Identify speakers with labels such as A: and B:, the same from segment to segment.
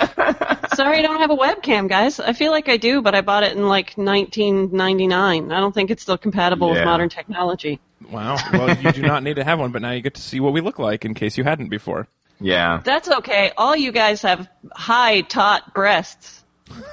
A: Sorry, I don't have a webcam, guys. I feel like I do, but I bought it in like 1999. I don't think it's still compatible
B: Yeah.
A: with modern technology.
C: Wow. Well, you do not need to have one, but now you get to see what we look like in case you hadn't before.
B: Yeah.
A: That's okay. All you guys have high, taut breasts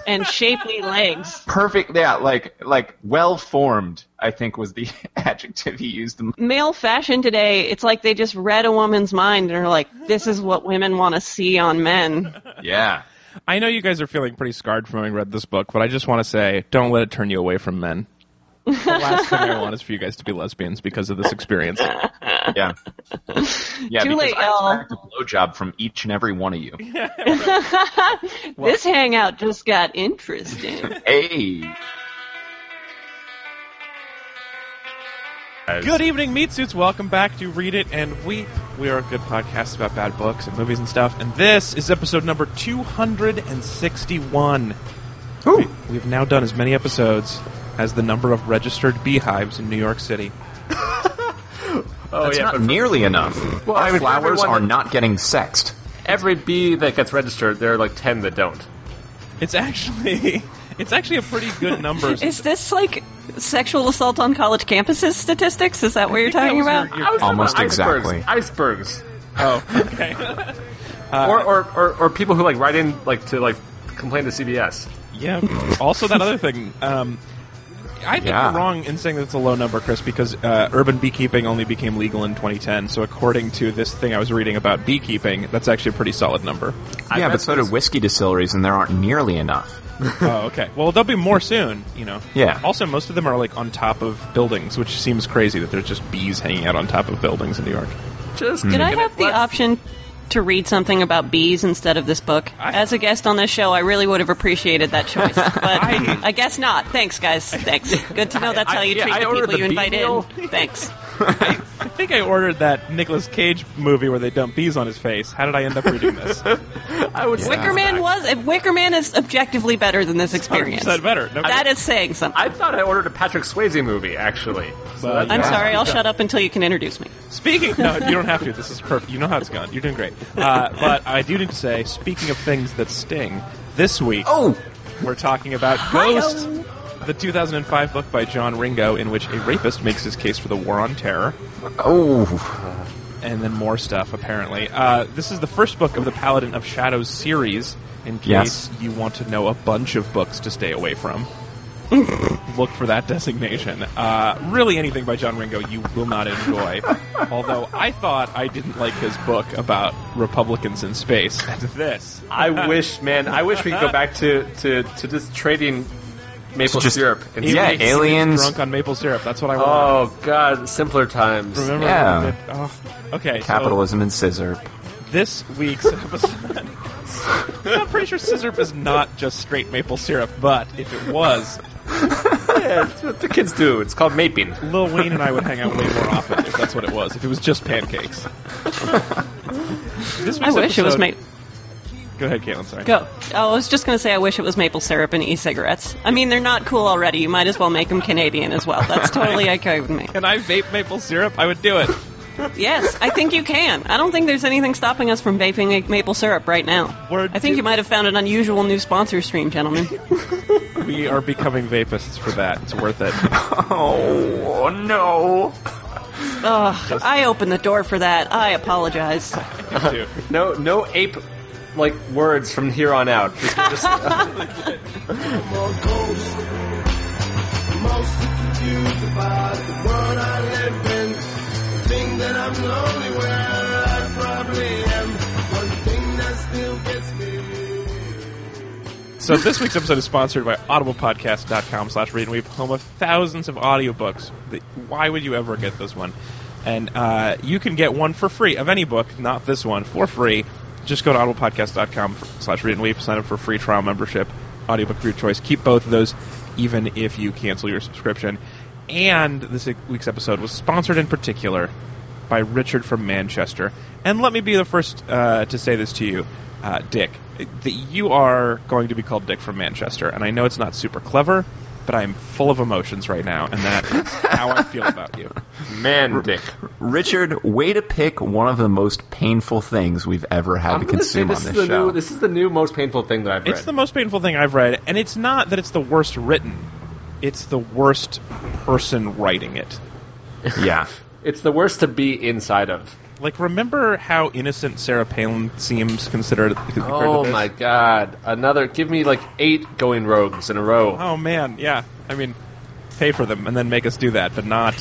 A: and shapely legs.
B: Perfect. Yeah, like like well formed. I think was the adjective he used. the
A: Male fashion today, it's like they just read a woman's mind and are like, this is what women want to see on men.
B: mo- Yeah.
C: I know you guys are feeling pretty scarred from having read this book, but I just want to say don't let it turn you away from men. The last thing I want is for you guys to be lesbians because of this experience.
B: Yeah. Yeah.
A: Too
B: because
A: late,
B: I
A: y'all.
B: expect a blowjob from each and every one of you.
A: this hangout just got interesting.
B: Hey.
C: Good evening, meat suits. Welcome back to Read It and Weep. We are a good podcast about bad books and movies and stuff, and this is episode number 261.
B: Who?
C: We've now done as many episodes as the number of registered beehives in New York City.
D: Oh
B: That's
D: yeah,
B: not
D: but
B: nearly enough.
D: Well, I would-
B: Flowers
D: everyone-
B: are not getting sexed.
D: every bee that gets registered, there are like ten that don't.
C: It's actually it's actually a pretty good number.
A: Is this like sexual assault on college campuses statistics? Is that what you're
C: think that
A: talking
C: was your-
A: about?
C: your-
D: I was talking
B: Almost
D: about icebergs,
B: exactly.
D: Icebergs,
C: oh, okay. Uh,
D: or, or, or or people who like write in like to like complain to CBS.
C: yeah. Also, that other thing. Um, I think
B: Yeah.
C: you're wrong in saying that it's a low number, Chris, because uh, urban beekeeping only became legal in 2010. So, according to this thing I was reading about beekeeping, that's actually a pretty solid number.
D: I
B: yeah,
D: bet
B: but so do
D: this-
B: whiskey distilleries, and there aren't nearly enough.
C: oh, okay. Well, there'll be more soon, you know.
B: Yeah.
C: Also, most of them are like on top of buildings, which seems crazy that there's just bees hanging out on top of buildings in New York.
D: Just
A: Did I
D: taking
A: have
D: it
A: the
D: left.
A: option to read something about bees instead of this book?
C: I-
A: As a guest on this show, I really would have appreciated that choice, but I, guess not. Thanks, guys. Thanks. Good to know that's how you
D: I- yeah,
A: treat
D: I
A: the
D: ordered
A: people
D: the
A: you
D: bee
A: invite in.
D: meal.
A: Thanks.
C: I think I ordered that Nicolas Cage movie where they dump bees on his face. How did I end up reading this?
D: I would.
B: Wicker
A: Wicker Man was Wicker Man is objectively better than this experience.
C: Is that better? No,
A: That is saying something.
D: I thought I ordered a Patrick Swayze movie actually. So
C: Well,
D: that's-
A: I'm
C: yeah.
A: sorry. I'll shut up until you can introduce me.
C: Speaking, no, you don't have to. This is perfect. You know how it's gone. You're doing great. Uh, but I do need to say, speaking of things that sting, this week
B: Oh,
C: we're talking about Ghost, the 2005 book by John Ringo, in which a rapist makes his case for the war on terror.
B: oh,
C: and then more stuff apparently. Uh, this is the first book of the Paladin of Shadows series. In case
B: Yes.
C: you want to know a bunch of books to stay away from, look for that designation. Uh, really, anything by John Ringo you will not enjoy. Although I thought I didn't like his book about Republicans in space. And this,
D: I wish, man. I wish we could go back to to, to just trading maple
B: Just-
D: syrup. And
B: Yeah,
C: Aliens
B: aliens-
C: drunk on maple syrup. That's what I want.
D: Oh God, simpler times.
C: Remember?
B: Yeah.
C: when we did- oh. Okay. so-
B: capitalism and scissor.
C: this week's episode. I'm pretty sure Scissorp is not just straight maple syrup, but if it was,
D: yeah, it's what the kids do. It's called maping.
C: Lil Wayne and I would hang out way more often if that's what it was. If it was just pancakes. This
A: I
C: week's
A: wish it was
C: episode-
A: made.
C: Go ahead, Caitlin. Sorry.
A: Go. Oh, I was just going to say I wish it was maple syrup and e-cigarettes. I mean, they're not cool already. You might as well make them Canadian as well. That's totally okay with me.
C: Can I vape maple syrup? I would do it.
A: Yes, I think you can. I don't think there's anything stopping us from vaping a- maple syrup right now.
C: Word
A: I think
C: to-
A: you might have found an unusual new sponsor stream, gentlemen.
C: We are becoming vapists for that. It's worth it.
B: Oh no!
A: Ugh, I opened the door for that. I apologize.
C: Too.
D: No, no ape like words from here on out. Just- just-
C: So this week's episode is sponsored by audiblepodcast.com slash read and weep, home of thousands of audiobooks. The- Why would you ever get this one? And uh, you can get one for free of any book, not this one, for free. Just go to audiblepodcast.com f- slash read and weep, sign up for a free trial membership, audiobook of your choice. Keep both of those even if you cancel your subscription. And this e-, week's episode was sponsored in particular by Richard from Manchester. And let me be the first uh, to say this to you, uh, Dick, that you are going to be called Dick from Manchester. And I know it's not super clever, but I'm full of emotions right now, and that's how I feel about you.
D: Man, dick.
B: Richard, way to pick one of the most painful things we've ever had to
D: gonna say
B: consume
D: this
B: on
D: is
B: this
D: the
B: show.
D: new. This is the new most painful thing that I've
C: It's the
D: read.
C: most painful thing I've read, and it's not that it's the worst written; it's the worst person writing it.
B: yeah.
D: it's the worst to be inside of.
C: Like, remember how innocent Sarah Palin seems considered? compared
D: Oh
C: to this?
D: my god! Another. Give me like eight going rogues in a row.
C: Oh man, yeah. I mean, pay for them and then make us do that, but not.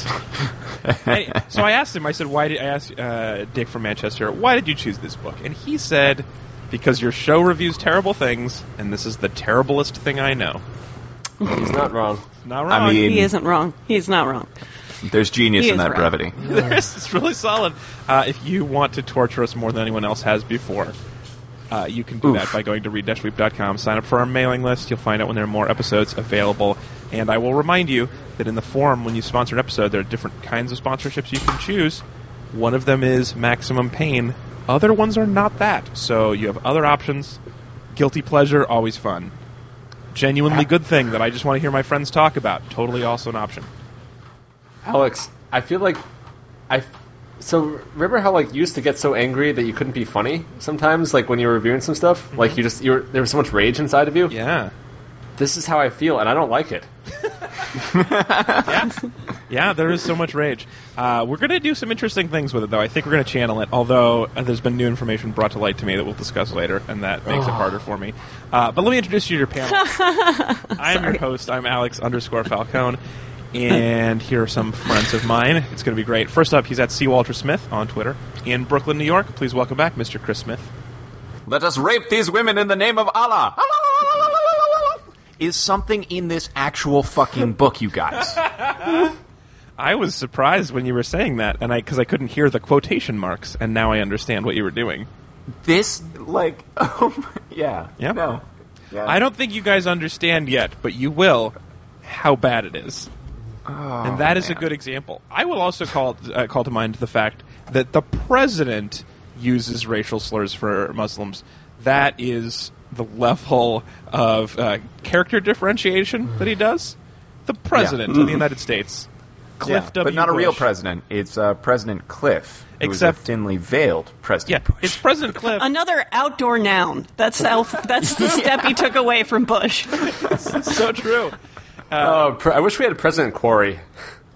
C: I- so I asked him. I said, "Why did I asked uh, Dick from Manchester? Why did you choose this book?" And he said, "Because your show reviews terrible things, and this is the terriblest thing I know."
D: He's not wrong.
C: Not wrong.
B: I mean-
E: He isn't wrong. He's not wrong.
B: There's genius
E: He
B: in
E: is
B: that
E: right.
B: brevity.
C: There's- it's really solid. Uh, if you want to torture us more than anyone else has before, uh, you can do
B: Oof.
C: that by going to read-weep.com. Sign up for our mailing list. You'll find out when there are more episodes available. And I will remind you that in the forum, when you sponsor an episode, there are different kinds of sponsorships you can choose. One of them is maximum pain. Other ones are not that. So you have other options. Guilty pleasure, always fun. Genuinely good thing that I just want to hear my friends talk about. Totally also an option.
D: Alex, I feel like I. So remember how like you used to get so angry that you couldn't be funny sometimes, like when you were reviewing some stuff, like you just you were, there was so much rage inside of you.
C: Yeah.
D: This is how I feel, and I don't like it.
C: yeah. yeah, there is so much rage. Uh, we're going to do some interesting things with it, though. I think we're going to channel it, although uh, there's been new information brought to light to me that we'll discuss later, and that makes it harder for me. Uh, but let me introduce you to your panel. I'm your host. I'm Alex underscore Falcone. And here are some friends of mine. It's going to be great. First up, he's at C. Walter Smith on Twitter in Brooklyn, New York. Please welcome back Mr. Chris Smith.
B: Let us rape these women in the name of Allah. Allah, Allah, Allah, Allah, Allah, Allah. Is something in this actual fucking book, you guys?
C: I was surprised when you were saying that, and I because I couldn't hear the quotation marks, and now I understand what you were doing.
B: this, like, oh, my- yeah,
C: Yep.
B: no, yeah.
C: I don't think you guys understand yet, but you will how bad it is.
B: Oh,
C: And that is
B: man.
C: a good example. I will also call uh, call to mind the fact that the president uses racial slurs for Muslims. That is the level of uh, character differentiation that he does. The president of the United States, Cliff
B: Mm. Yeah,
C: W.
B: but not a real
C: Bush.
B: president. It's uh, President Cliff, who's
C: Except-
B: a thinly veiled
C: Yeah,
B: President Bush.
C: it's President Cliff.
E: Another outdoor noun. That's how, that's the step he took away from Bush.
C: It's so true.
D: Oh, pre- I wish we had President Quarry.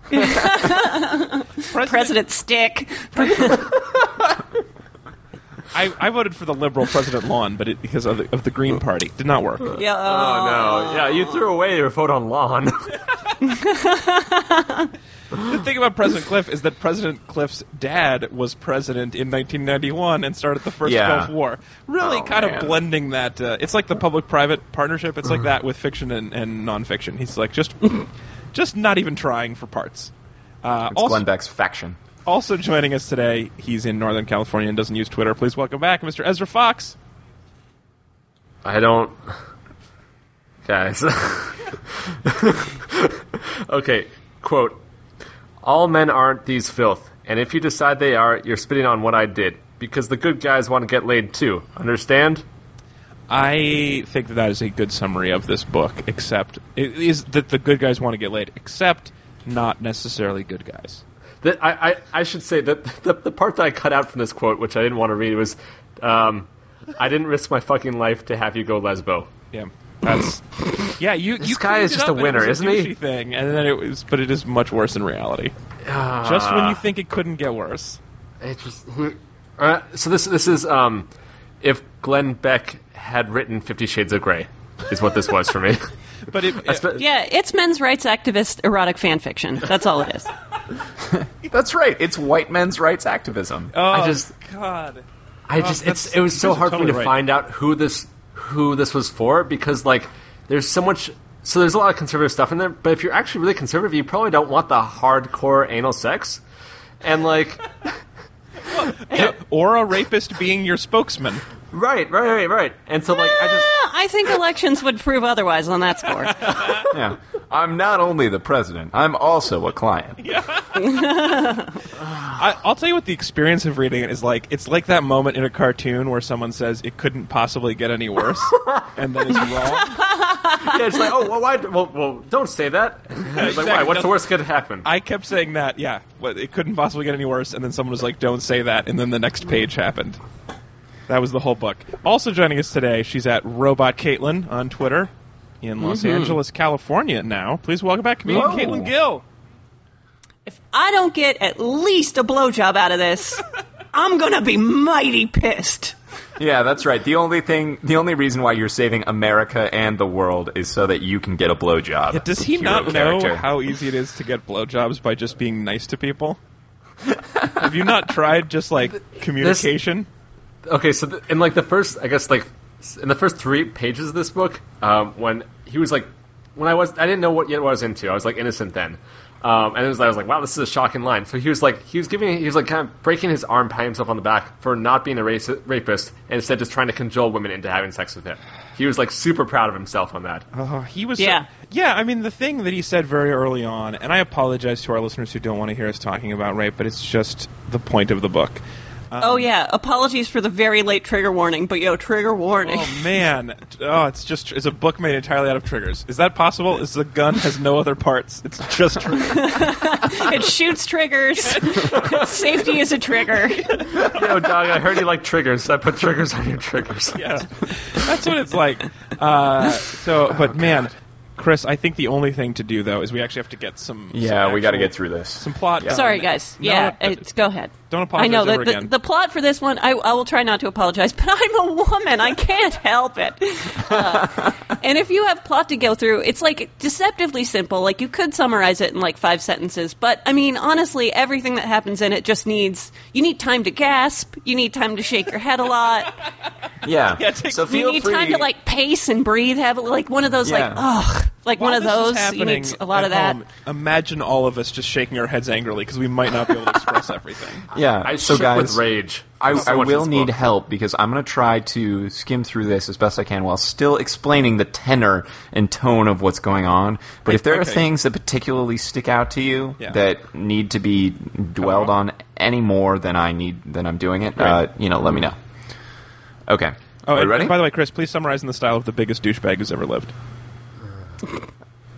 E: President Stick.
C: I, I voted for the liberal President Lawn, but it, because of the, of the Green Party, did not work.
E: Yeah.
D: Oh
A: uh,
D: no! Yeah, you threw away your vote on lawn.
C: The thing about President Cliff is that President Cliff's dad was president in 1991 and started the first
B: Yeah.
C: Gulf War. Really,
B: Oh,
C: kind
B: man. Mm-hmm.
C: of blending that. Uh, it's like the public-private partnership. It's like that with fiction and, and nonfiction. He's like just, just not even trying for parts. Uh,
B: It's
C: also,
B: Glenn Beck's faction.
C: also joining us today, he's in Northern California and doesn't use Twitter. Please welcome back, Mr. Ezra Fox.
D: I don't. Guys. okay, quote All men aren't these filth, and if you decide they are, you're spitting on what I did, because the good guys want to get laid too. Understand?
C: I think that that is a good summary of this book, except it is that the good guys want to get laid, except not necessarily good guys.
D: That I, I, I should say that the, the part that I cut out from this quote, which I didn't want to read, was um, I didn't risk my fucking life to have you go lesbo.
C: Yeah, that's yeah. You
D: This
C: you
D: guy
C: cleaned
D: is
C: it
D: just
C: up
D: a
C: and it
D: winner,
C: was
D: isn't he?
C: douchey Thing, and then it was, but it is much worse in reality. Just when you
D: Ah.
C: think it couldn't get worse,
D: It just, uh, so this this is um, if Glenn Beck had written Fifty Shades of Grey, is what this was for me.
C: but it,
D: I spe-
E: Yeah, it's men's rights activist erotic fan fiction. That's all it is.
B: That's right. It's white men's rights activism.
C: oh
D: I just-
C: God,
D: I just
C: Oh,
D: it's
C: that's-
D: it was so
C: these are
D: hard for me to
C: totally right.
D: find out who this who this was for because like there's so much so there's a lot of conservative stuff in there, but if you're actually really conservative, you probably don't want the hardcore anal sex. And like
C: or a rapist being your spokesman.
D: Right, right, right, right. And so like I just
A: Ah, I think elections would prove otherwise on that score.
B: Yeah. I'm not only the president, I'm also a client.
C: I, I'll tell you what the experience of reading it is like. It's like that moment in a cartoon where someone says it couldn't possibly get any worse, and then it's wrong.
D: yeah, it's like oh well, why well, well don't say that. It's like why? What's the worst that could happen?
C: I kept saying that, yeah, what, it couldn't possibly get any worse, and then someone was like, "Don't say that," and then the next page happened. That was the whole book. Also joining us today, she's at Robot Caitlin on Twitter in Los Angeles, California. Now, please welcome back comedian
B: Whoa.
C: Caitlin Gill.
A: If I don't get at least a blowjob out of this, I'm gonna be mighty pissed.
B: Yeah, that's right. The only thing, the only reason why you're saving America and the world is so that you can get a blowjob.
C: Does he
B: Hero
C: not know
B: character.
C: how easy it is to get blowjobs by just being nice to people? Have you not tried just like communication?
D: okay, so th- in like the first, I guess like s- in the first three pages of this book, um, when he was like, when I was, I didn't know what yet what I was into. I was like innocent then, um, and it was I was like, wow, this is a shocking line. So he was like, he was giving, he was like kind of breaking his arm, patting himself on the back for not being a raci- rapist, and instead just trying to cajole women into having sex with him. He was like super proud of himself on that.
C: Oh, he was.
A: Yeah.
C: yeah, I mean, the thing that he said very early on, and I apologize to our listeners who don't want to hear us talking about rape, but it's just the point of the book.
A: oh yeah, apologies for the very late trigger warning, but yo, trigger warning.
C: Oh, man. Oh, it's just. It's a book made entirely out of triggers. Is that possible? Is the gun has no other parts? It's just triggers.
A: it shoots triggers. Safety is a trigger.
D: Yo, dog, I heard you like triggers. So I put triggers on your triggers.
C: Yeah. That's what it's like. Uh, so,
B: Oh,
C: but man, Chris, I think the only thing to do, though, is we actually have to get some.
B: Yeah,
C: some
B: we got to
C: actual-
B: get through this.
C: Some plot. done.
A: Sorry, guys.
C: No,
A: yeah,
C: no,
A: it's, go ahead.
C: Don't apologize
A: I know
C: ever
A: the,
C: again.
A: the, the plot for this one. I, I will try not to apologize, but I'm a woman. I can't help it. Uh, and if you have plot to go through, it's like deceptively simple. Like you could summarize it in like five sentences, but I mean, honestly, everything that happens in it just needs you need time to gasp. You need time to shake your head a lot.
B: Yeah.
C: take-
B: so
A: You
B: feel
A: need
B: free.
A: time to like pace and breathe. Have like one of those like
B: Yeah.
A: ugh, like
C: While
A: one of
C: this is
A: those. You
C: happening
A: need a lot
C: at
A: of that.
C: home, imagine all of us just shaking our heads angrily because we might not be able to express everything.
B: yeah.
D: I
B: so
D: shook
B: guys,
D: with rage.
B: I,
D: So
B: I
D: much
B: will
D: this
B: need
D: book.
B: help because I'm going to try to skim through this as best I can while still explaining the tenor and tone of what's going on. But if there are
C: Okay.
B: things that particularly stick out to you
C: Yeah.
B: that need to be dwelled on any more than I need than I'm doing it, uh, you know, let me know. Okay.
C: Oh,
B: are you
C: and,
B: ready?
C: By the way, Chris, please summarize in the style of the biggest douchebag who's ever lived.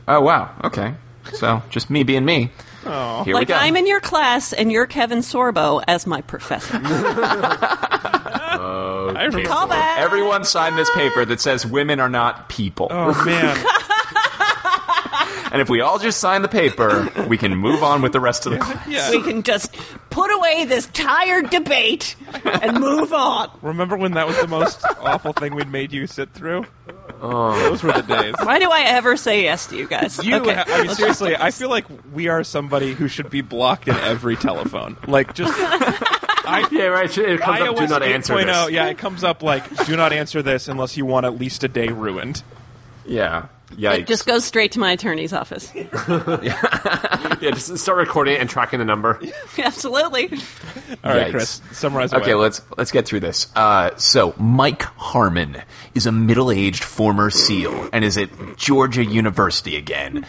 B: oh, wow. Okay. So just me being me.
C: Oh,
B: Here we
A: Like
B: go.
A: I'm in your class and you're Kevin Sorbo as my professor.
C: I remember.
A: Call back.
B: Everyone sign this paper that says women are not people.
C: Oh man,
B: And if we all just sign the paper, we can move on with the rest of the class.
C: yeah.
A: We can just put away this tired debate and move on.
C: Remember when that was the most awful thing we'd made you sit through?
B: Oh.
C: Those were the days.
A: Why do I ever say yes to you guys?
C: You,
A: okay.
C: ha- I mean, seriously, I feel like we are somebody who should be blocked in every telephone. Like, just. I,
D: Yeah, right. It comes up. Do
C: iOS
D: not answer this.
C: 8.0, Yeah, it comes up like, do not answer this unless you want at least a day ruined.
B: Yeah. Yikes.
A: It just goes straight to my attorney's office.
D: Yeah, just start recording it and tracking the number.
A: Absolutely.
C: All right,
B: Yikes.
C: Chris, summarize.
B: Okay,
C: away.
B: let's let's get through this. Uh, so Mike Harmon is a middle-aged former SEAL and is at Georgia University again,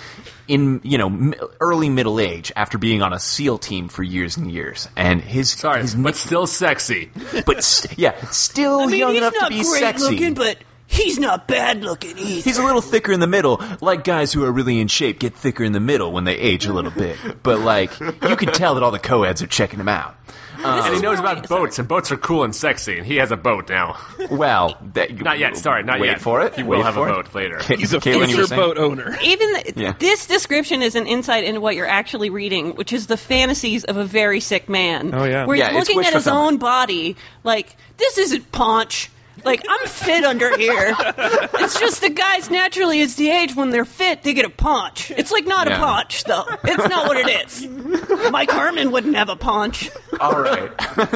B: in you know m- early middle age after being on a SEAL team for years and years. And his
D: Sorry,
B: his,
D: but still sexy.
B: but st- yeah, still
A: I mean,
B: young
A: he's
B: enough
A: not
B: to be
A: great
B: sexy.
A: looking, but he's not bad looking either.
B: He's a little thicker in the middle, like guys who are really in shape get thicker in the middle when they age a little bit. But like, you can tell that all the co-eds are checking him out.
D: and he knows about boats, and boats are cool and sexy, and he has a boat now.
B: Well, that,
D: Not yet, sorry, not
B: wait
D: yet.
B: Wait for it.
D: He will
B: wait
D: have a
B: for it.
D: boat later.
B: Ca-
C: He's a
B: Caitlin, you were
C: future
B: saying?
C: boat owner.
A: even th-
B: Yeah.
A: this description is an insight into what you're actually reading, which is the fantasies of a very sick man.
C: Oh, yeah.
A: where
B: Yeah,
A: he's
B: it's
A: looking
B: wish
A: at his
B: fulfillment.
A: own body, like this isn't paunch. Like I'm fit under here. It's just the guys naturally it's the age when they're fit they get a paunch. It's like not
B: Yeah.
A: a paunch though. It's not what it is. Mike Harmon wouldn't have a paunch.
B: All right.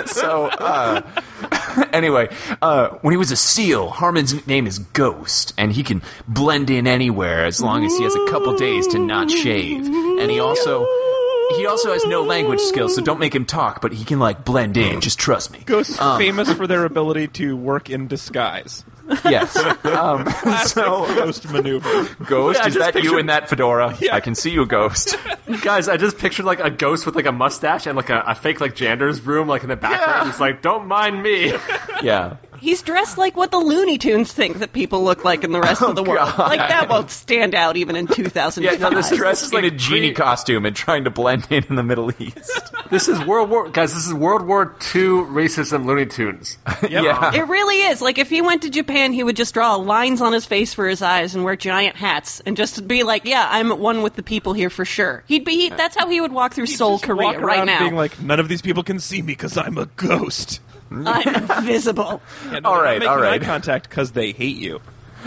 B: so, uh, anyway, uh, when he was a SEAL, Harmon's name is Ghost, and he can blend in anywhere as long as he has a couple days to not shave. And he also. he also has no language skills, so don't make him talk. But he can like blend in. Just trust me.
C: Ghosts
B: Um,
C: famous for their ability to work in disguise.
B: Yes. Um, so.
C: Ghost maneuver.
B: Ghost,
D: I
B: is
D: just
B: that you
D: pictured-
B: in that fedora?
C: Yeah.
B: I can see you, Ghost.
D: Guys, I just pictured like a ghost with like a mustache and like a, a fake like Jander's room like in the background.
B: Yeah.
D: He's like, "Don't mind me."
B: yeah.
A: He's dressed like what the Looney Tunes think that people look like in the rest of the world.
B: Oh, God.
A: Like that won't stand out even in 2005.
B: Yeah, no, this dress is like
D: like
B: a genie
D: pre-
B: costume and trying to blend in in the Middle East.
D: this is World War guys. This is World War II racism Looney Tunes.
B: Yeah.
A: It really is. Like if he went to Japan, he would just draw lines on his face for his eyes and wear giant hats and just be like, "Yeah, I'm at one with the people here for sure." He'd be. He, that's how he would walk through Seoul,
C: Just walk
A: Korea, right
C: around
A: now.
C: being like, none of these people can see me because I'm a ghost.
A: I'm invisible.
C: And
B: All right,
C: making
B: all right.
C: Eye contact because they hate you.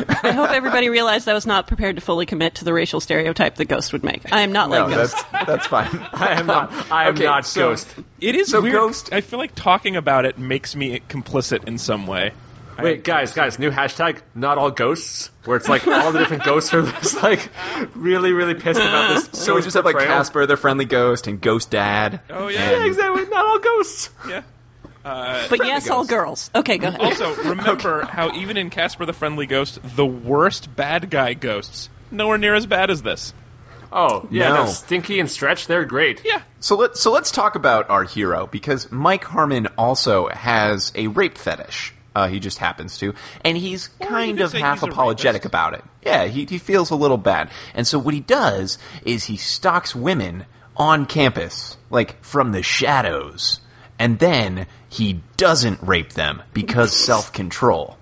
A: I hope everybody realized I was not prepared to fully commit to the racial stereotype that Ghost would make. I am not
B: No,
A: like Ghost.
B: that's that's fine.
D: I am not. I am
B: Okay,
D: not
B: so-
D: ghost.
C: It is
B: So
C: weird.
B: Ghost-
C: I feel like talking about it makes me complicit in some way.
D: Wait, guys, guys, new hashtag, not all ghosts, where it's like all the different ghosts are just like really, really pissed about this.
B: So we
D: ghost
B: just have like
D: portrayal.
B: Casper, the friendly ghost, and Ghost Dad.
C: Oh, yeah.
B: And-
D: Yeah, exactly, not all ghosts.
C: Yeah. Uh,
A: But yes, all girls. Okay, go ahead.
C: also, remember how even in Casper the Friendly Ghost, the worst bad guy ghosts nowhere near as bad as this.
D: Oh, yeah,
B: No.
D: no, Stinky and Stretch, they're great.
C: Yeah.
B: So let so let's talk about our hero because Mike Harmon also has a rape fetish. Uh, he just happens to, and he's
C: Or you
B: kind
C: could
B: of
C: say
B: half
C: he's a
B: apologetic
C: rapist.
B: about it. Yeah, he he feels a little bad, and so what he does is he stalks women on campus, like from the shadows, and then he doesn't rape them because self control.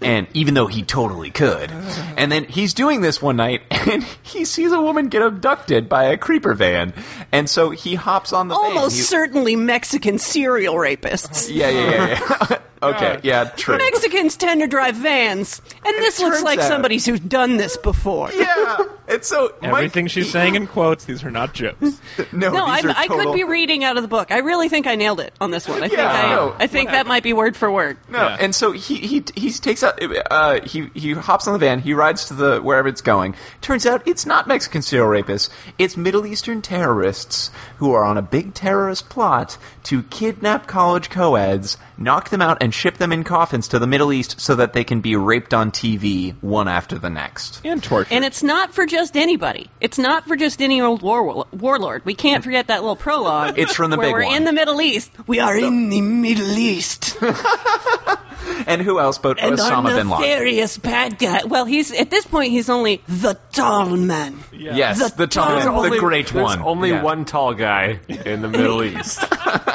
B: And even though he totally could, and then he's doing this one night, and he sees a woman get abducted by a creeper van, and so he hops on the
A: almost
B: van. He-
A: certainly Mexican serial rapists.
B: yeah, yeah, yeah, yeah. okay,
C: God.
B: yeah, true.
A: Mexicans tend to drive vans, and, this looks
B: turns
A: like
B: out-
A: somebody's who's done this before.
B: yeah, and so Mike-
C: Everything she's saying in quotes, these are not jokes.
B: No,
A: No,
B: Oh, these
A: I'm,
B: are
A: I could
B: total-
A: be reading out of the book. I really think I nailed it on this one. I think
B: Yeah,
A: I,
B: no.
A: I think that might be word for word.
B: No,
C: Yeah.
B: and so he he he takes out uh, he he hops on the van. He rides to the wherever it's going. Turns out it's not Mexican serial rapists. It's Middle Eastern terrorists who are on a big terrorist plot to kidnap college co-eds, knock them out, and ship them in coffins to the Middle East so that they can be raped on TV one after the next.
C: And torture.
A: And it's not for just anybody. It's not for just any old war, warlord. We can't forget that little prologue.
B: It's from the
A: where
B: big
A: we're
B: one.
A: in the Middle East. We are in the Middle East.
B: And who else but
A: and
B: Osama
A: are
B: bin Laden?
A: nefarious bad guy. Well, he's at this point he's only the tall man.
C: Yeah.
B: Yes,
A: The
B: the tall,
A: tall-
B: man, the
D: Only-
B: great
D: there's
B: one.
D: Only
B: Yeah.
D: one tall guy in the Middle East.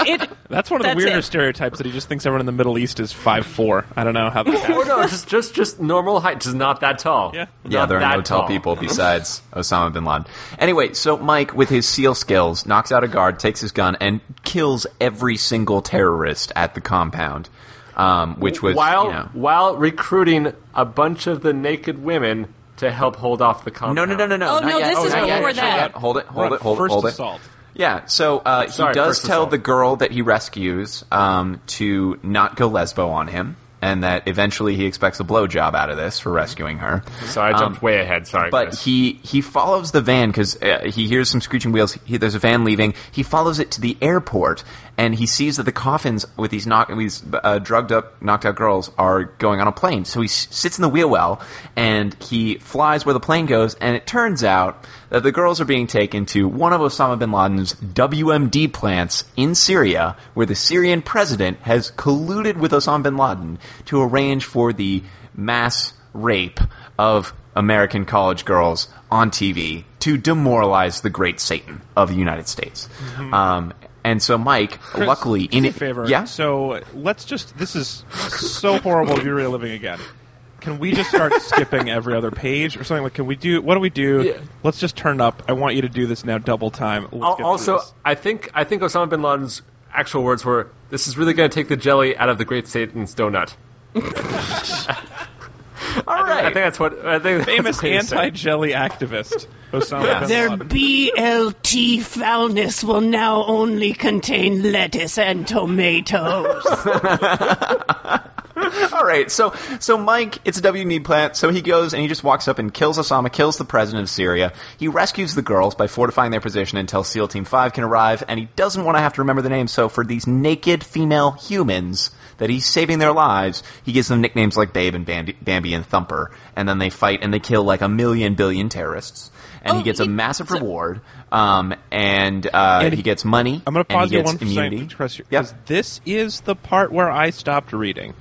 A: It,
C: That's one of the
A: That's
C: weirder
A: it.
C: stereotypes that he just thinks everyone in the Middle East is five four. I don't know how that
D: or
C: happened.
D: Oh, no, just just just normal height, just not that tall.
C: Yeah.
B: Yeah,
D: Not
B: there
D: that
B: are no tall
D: tall.
B: people besides Osama bin Laden. Anyway, so Mike, with his SEAL skills, knocks out a guard, takes his gun, and kills every single terrorist at the compound. Um, which was
D: while
B: you know-
D: while recruiting a bunch of the naked women to help hold off the compound.
B: no, no, no, no, no.
A: Oh,
B: not
A: no,
B: yet.
A: this
B: Oh,
A: is
B: not yet.
A: before
B: Not
A: that.
B: yet. Hold it, hold
C: We're
B: it,
C: at
B: hold,
C: first
B: hold it.
C: assault.
B: Yeah, so uh,
D: Sorry,
B: he does
D: first
B: tell
D: assault.
B: the girl that he rescues um, to not go lesbo on him, and that eventually he expects a blowjob out of this for rescuing her.
D: Sorry, I jumped
B: Um,
D: way ahead. Sorry,
B: but
D: Chris.
B: he he follows the van because uh, he hears some screeching wheels. He, there's a van leaving. He follows it to the airport, and he sees that the coffins with these knock with these uh, drugged up, knocked out girls are going on a plane. So he s- sits in the wheel well, and he flies where the plane goes. And it turns out that the girls are being taken to one of Osama bin Laden's WMD plants in Syria, where the Syrian president has colluded with Osama bin Laden to arrange for the mass rape of American college girls on TV to demoralize the great Satan of the United States. Um, and so Mike, luckily,
C: Mm-hmm. do
B: in
C: me a
B: it-
C: favor.
B: yeah,
C: So let's just. This is so horrible. If you're reliving again. Can we just start skipping every other page or something? Like, can we do? What do we do?
D: Yeah.
C: Let's just turn up. I want you to do this now, double time. Let's
D: Al-
C: get through
D: also,
C: this.
D: I think I think Osama bin Laden's actual words were, "This is really going to take the jelly out of the great Satan's donut."
B: all
D: I
B: right.
D: think that's what I think. that's
C: famous
D: what he said.
C: anti-jelly activist Osama
B: Yeah.
C: bin
A: Their
C: Laden.
A: BLT foulness will now only contain lettuce and tomatoes.
B: All right, so so Mike, it's a WMD plant. So he goes and he just walks up and kills Osama, kills the president of Syria. He rescues the girls by fortifying their position until SEAL Team Five can arrive, and he doesn't want to have to remember the name. So for these naked female humans that he's saving their lives, he gives them nicknames like Babe and Bambi, Bambi and Thumper, and then they fight and they kill like a million billion terrorists. And
E: Oh,
B: he gets
E: he-
B: a massive reward, um, and, uh,
C: And
B: he,
C: he-
B: gets money.
C: I'm going to
B: and
C: pause
B: he
C: you
B: gets
C: one
B: immunity.
C: second to press you,
B: Yep.
C: 'cause this is the part where I stopped reading.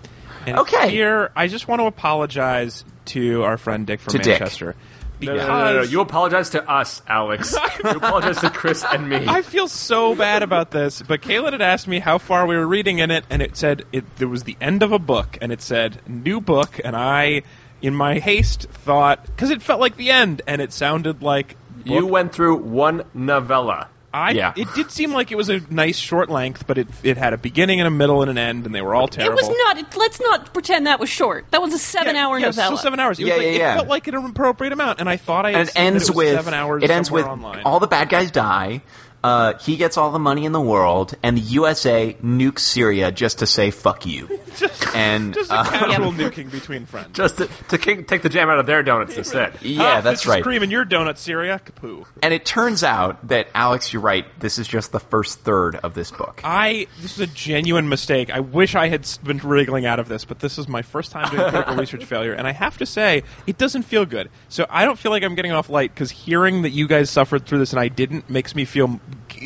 C: And
B: Okay.
C: Here, I just want to apologize to our friend Dick from
B: To Dick.
C: Manchester
D: No,
C: because
D: no, no, no, no. You apologize to us, Alex. you apologize to Chris and me.
C: I feel so bad about this, but Caitlin had asked me how far we were reading in it, and it said it there was the end of a book, and it said new book, and I, in my haste, thought because it felt like the end, and it sounded like
D: You
C: book.
D: went through one novella.
C: I
B: yeah.
C: it did seem like it was a nice short length, but it it had a beginning and a middle and an end, and they were all terrible.
E: It was not. It, let's not pretend that was short. That was a
C: Yeah,
E: seven-hour
C: yeah,
E: novella.
C: Still seven hours. It, was
B: Yeah,
C: like,
B: yeah,
C: it
B: yeah.
C: felt like an appropriate amount, and I thought I had
B: and it
C: seen that
B: ends
C: was
B: with
C: seven hours.
B: it ends with
C: somewhere online.
B: all the bad guys die. Uh, he gets all the money in the world, and the USA nukes Syria just to say "fuck you."
C: just,
B: and,
C: just a
B: uh,
C: casual nuking between friends.
D: Just to, to kick, take the jam out of their donuts instead.
B: Yeah,
C: Ah,
B: that's
C: this
B: right.
C: Is cream in your donut, Syria. Kapoo.
B: And it turns out that Alex, you're right. This is just the first third of this book.
C: I this is a genuine mistake. I wish I had s- been wriggling out of this, but this is my first time doing critical research failure, and I have to say it doesn't feel good. So I don't feel like I'm getting off light because hearing that you guys suffered through this and I didn't makes me feel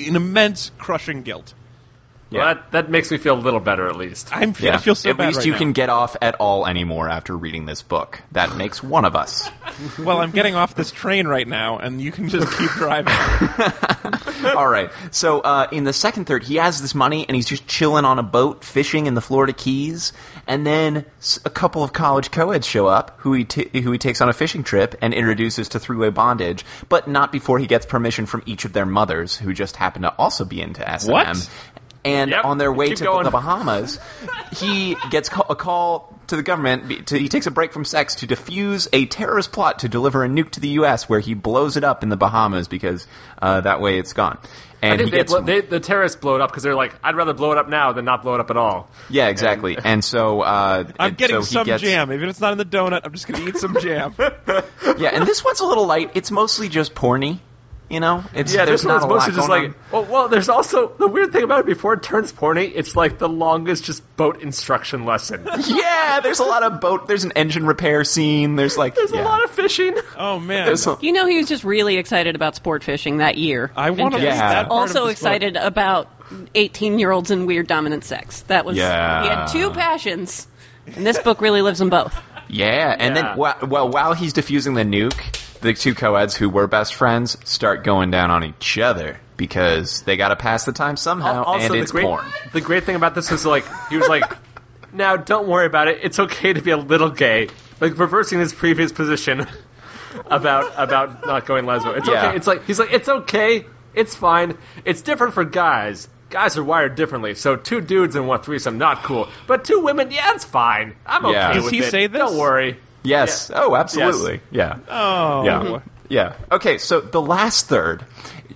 C: an immense crushing guilt.
B: Yeah.
D: Well, that, that makes me feel a little better, at least.
C: I'm, I feel so
B: At
C: bad
B: least
C: right
B: you
C: now.
B: can get off at all anymore after reading this book. That makes one of us.
C: Well, I'm getting off this train right now, and you can just keep driving.
B: All right. So uh, in the second third, he has this money and he's just chilling on a boat fishing in the Florida Keys. And then s- a couple of college co-eds show up who he t- who he takes on a fishing trip and introduces to three-way bondage, but not before he gets permission from each of their mothers, who just happen to also be into SM.
C: What?
B: And
D: Yep,
B: on their way
D: keep
B: to
D: going.
B: the Bahamas, he gets ca- a call to the government. be- To, he takes a break from sex to defuse a terrorist plot to deliver a nuke to the U.S., where he blows it up in the Bahamas because uh, that way it's gone. And
D: I think
B: he
D: they
B: gets
D: blow, they, the terrorists blow it up because they're like, I'd rather blow it up now than not blow it up at all.
B: yeah, exactly. And, so uh,
C: I'm
B: and
C: getting
B: so he
C: some
B: gets-
C: jam. Even if it's not in the donut, I'm just going to eat some jam.
B: Yeah, and this one's a little light. It's mostly just porny. You know, it's
D: Yeah,
B: there's
D: this one's
B: not a lot
D: mostly just
B: going
D: like.
B: on.
D: Well, well, there's also the weird thing about it. Before it turns porny, it's like the longest just boat instruction lesson.
B: Yeah, there's a lot of boat. There's an engine repair scene. There's like
D: There's
B: yeah.
D: a lot of fishing.
C: oh, man.
B: There's a-
E: You know, he was just really excited about sport fishing that year.
C: I want to
E: And
B: Yeah.
E: just
C: that part of
E: Also
C: this book.
E: excited about 18-year-olds and weird dominant sex. That was.
B: Yeah.
E: He had two passions, and this book really lives them both.
B: Yeah, and
D: Yeah.
B: then wh- well, while he's defusing the nuke, the two co-eds who were best friends start going down on each other because they got to pass the time somehow, and it's
D: the great,
B: porn.
D: The great thing about this was like he was like, "Now don't worry about it. It's okay to be a little gay." Like reversing his previous position about about not going lesbo. It's
B: Yeah.
D: okay. It's like he's like, "It's okay. It's fine. It's different for guys." Guys are wired differently, so two dudes in one threesome not cool, but two women, yeah, it's fine. I'm okay
B: Yeah. Does
D: with
C: he
D: it.
C: say this?
D: Don't worry.
B: Yes. Oh, absolutely. Yeah.
C: Oh.
B: Yeah. Yeah. Okay, so the last third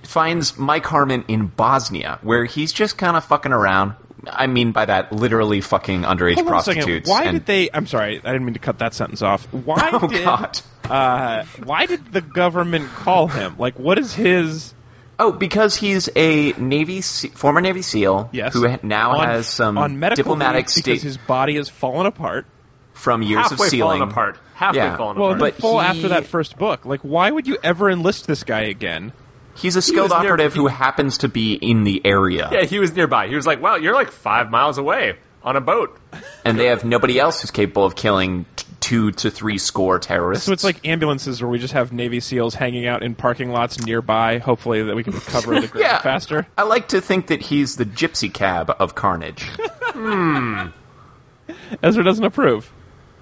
B: finds Mike Harmon in Bosnia, where he's just kind of fucking around. I mean by that literally fucking underage
C: Hold on a
B: prostitutes.
C: second. Why
B: and-
C: did they? I'm sorry, I didn't mean to cut that sentence off. Why
B: Oh,
C: did?
B: God.
C: Uh, why did the government call him? Like, what is his?
B: Oh, because he's a Navy Se- former Navy SEAL
C: Yes.
B: who ha- now
C: on,
B: has some
C: on medical
B: diplomatic
C: leave because
B: state
C: his body has fallen apart.
B: from years
D: Halfway
B: of sealing.
D: falling apart. Halfway
B: Yeah.
D: falling
C: Well,
D: apart.
B: But
C: but full
B: he-
C: after that first book. Like, why would you ever enlist this guy again?
B: He's a skilled
D: was near-
B: operative who happens to be in the area,
D: yeah, he was nearby. He was like, "Wow, you're like five miles away on a boat."
B: and they have nobody else who's capable of killing t- two to three score terrorists.
C: So it's like ambulances where we just have Navy SEALs hanging out in parking lots nearby, hopefully that we can recover the ground
B: Yeah.
C: faster.
B: I like to think that he's the gypsy cab of Carnage.
C: Ezra doesn't approve.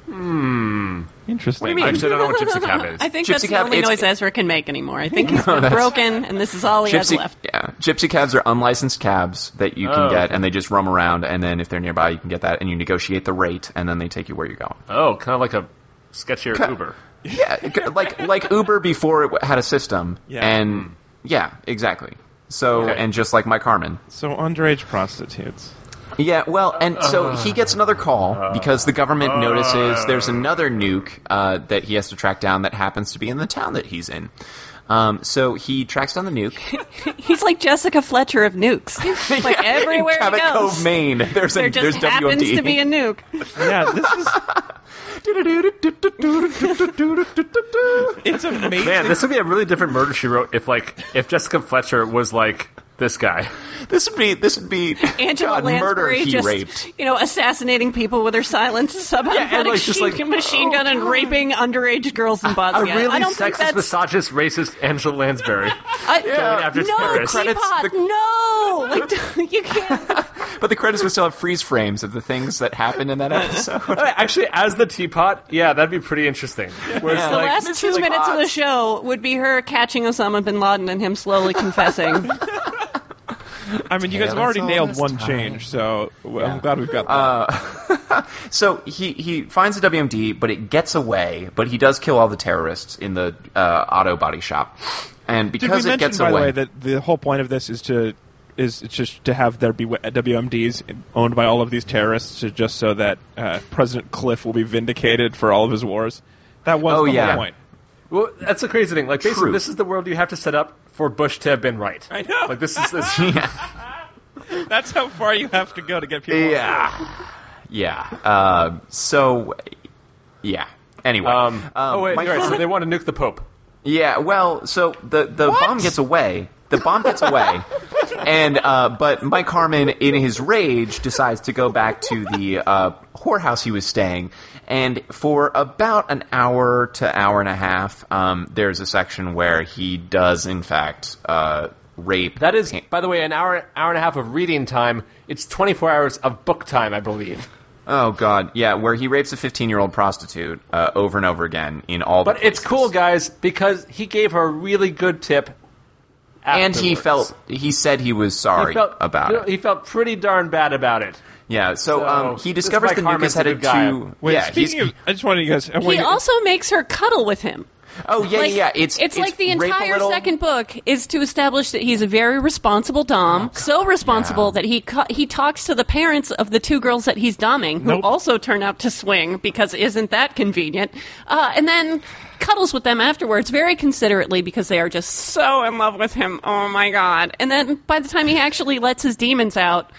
C: Hmm. Interesting.
D: I actually don't know what gypsy cab is.
E: I think
B: Gypsy
E: that's
B: cab,
E: the only
B: it's-
E: noise Ezra can make anymore. I think he's
B: No,
E: been
B: that's-
E: broken, and this is all he has
B: gypsy,
E: left.
B: yeah, gypsy cabs are unlicensed cabs that you can
D: Oh.
B: get, and they just roam around. And then if they're nearby, you can get that, and you negotiate the rate, and then they take you where you're going.
D: Oh, kind of like a sketchier
B: Ca-
D: Uber.
B: Yeah, g- like like Uber before it w- had a system,
C: Yeah.
B: and yeah, exactly. So
D: Okay.
B: and just like Mike Harmon,
C: So underage prostitutes.
B: Yeah, well, and so he gets another call because the government notices there's another nuke uh, that he has to track down that happens to be in the town that he's in. Um, so he tracks down the nuke.
E: He's like Jessica Fletcher of nukes.
B: Yeah,
E: Like everywhere
B: in
E: he
B: Cabot
E: goes,
B: Cove, Maine. There's
E: there
B: a,
E: just
B: there's
E: happens
B: WMD.
E: to be a nuke.
C: Yeah, this is it's amazing.
D: Man, this would be a really different murder she wrote if like if Jessica Fletcher was like this guy.
B: this would be this would be
E: Angela
B: God, murder
E: Lansbury
B: he
E: just
B: raped.
E: you know assassinating people with her silent
B: Yeah, and,
E: subautomatic
B: like, just,
E: machine,
B: like, oh,
E: machine gun and raping underage girls in
D: A
E: Bosnia.
D: really
E: I don't think
D: sexist,
E: that's
D: misogynist, racist Angela Lansbury.
E: I,
D: going after
E: no
D: terrorists.
B: Credits
E: teapot,
B: the-
E: no. Like you can't.
B: But the credits would still have freeze frames of the things that happened in that episode.
D: Actually, as the teapot, yeah, that'd be pretty interesting. Where it's
B: Yeah.
E: The
D: like,
E: last two minutes of the
B: hot.
E: show would be her catching Osama bin Laden and him slowly confessing.
C: I mean, you guys have
B: Yeah, that's
C: already
B: all
C: nailed
B: this
C: one
B: time.
C: change, so well, I'm
B: Yeah.
C: glad we've got that.
B: Uh, so he, he finds the WMD, but it gets away. But he does kill all the terrorists in the uh, auto body shop, and
C: Did we
B: because it
C: mention,
B: gets
C: by the
B: away,
C: way, that the whole point of this is to is it's just to have there be w- WMDs owned by all of these terrorists, to just so that uh, President Cliff will be vindicated for all of his wars. That was
B: Oh,
C: the
B: yeah.
C: whole point.
D: well, that's the crazy thing. Like, basically,
B: True.
D: this is the world you have to set up for Bush to have been right.
C: I know.
D: Like, this is this.
B: yeah,
C: That's how far you have to go to get people.
B: yeah, yeah. Uh, so yeah. Anyway,
D: Um, oh wait,
B: my-
D: you're right. So they want to nuke the Pope.
B: Yeah, well, so the the bomb gets away. The bomb gets away, and uh, but Mike Harmon, in his rage, decides to go back to the uh, whorehouse he was staying. And for about an hour to hour and a half, um, there's a section where he does, in fact, uh, rape.
D: That is, by the way, an hour hour and a half of reading time. It's 24 hours of book time, I believe.
B: oh God, yeah, where he rapes a 15 year old prostitute uh, over and over again in all. the
D: But it's
B: places.
D: cool, guys, because he gave her a really good tip.
B: And he
D: afterwards.
B: felt he said he was
D: He
B: sorry
D: felt-
B: about
D: you
B: it.
D: know, He felt pretty darn bad about it.
B: Yeah, so,
D: So,
B: um, he
D: this
B: discovers
D: Mike
B: the nuke
D: Harmon's
B: is
D: a
B: headed
D: good guy.
B: to.
C: Wait,
B: yeah, he's,
C: speaking of, I just wanted you guys. I
E: He
C: wanted-
E: also makes her cuddle with him.
B: oh yeah,
E: Like,
B: yeah, yeah. It's
E: like the
B: rape a
E: entire
B: little-
E: second book is to establish that he's a very responsible dom, so responsible
B: Oh, Yeah.
E: that he co- he talks to the parents of the two girls that he's doming, who
C: Nope.
E: also turn out to swing because isn't that convenient? Uh, and then cuddles with them afterwards very considerately because they are just so in love with him. Oh my god! And then by the time he actually lets his demons out.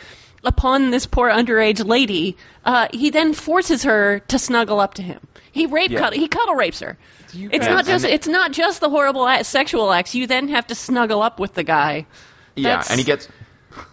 E: Upon this poor underage lady, uh, he then forces her to snuggle up to him. He rape
B: Yeah.
E: cuddle, he cuddle rapes her. It's
B: guys-
E: not just
B: And-
E: it's not just the horrible act, sexual acts. You then have to snuggle up with the guy.
B: Yeah,
E: That's-
B: and he gets.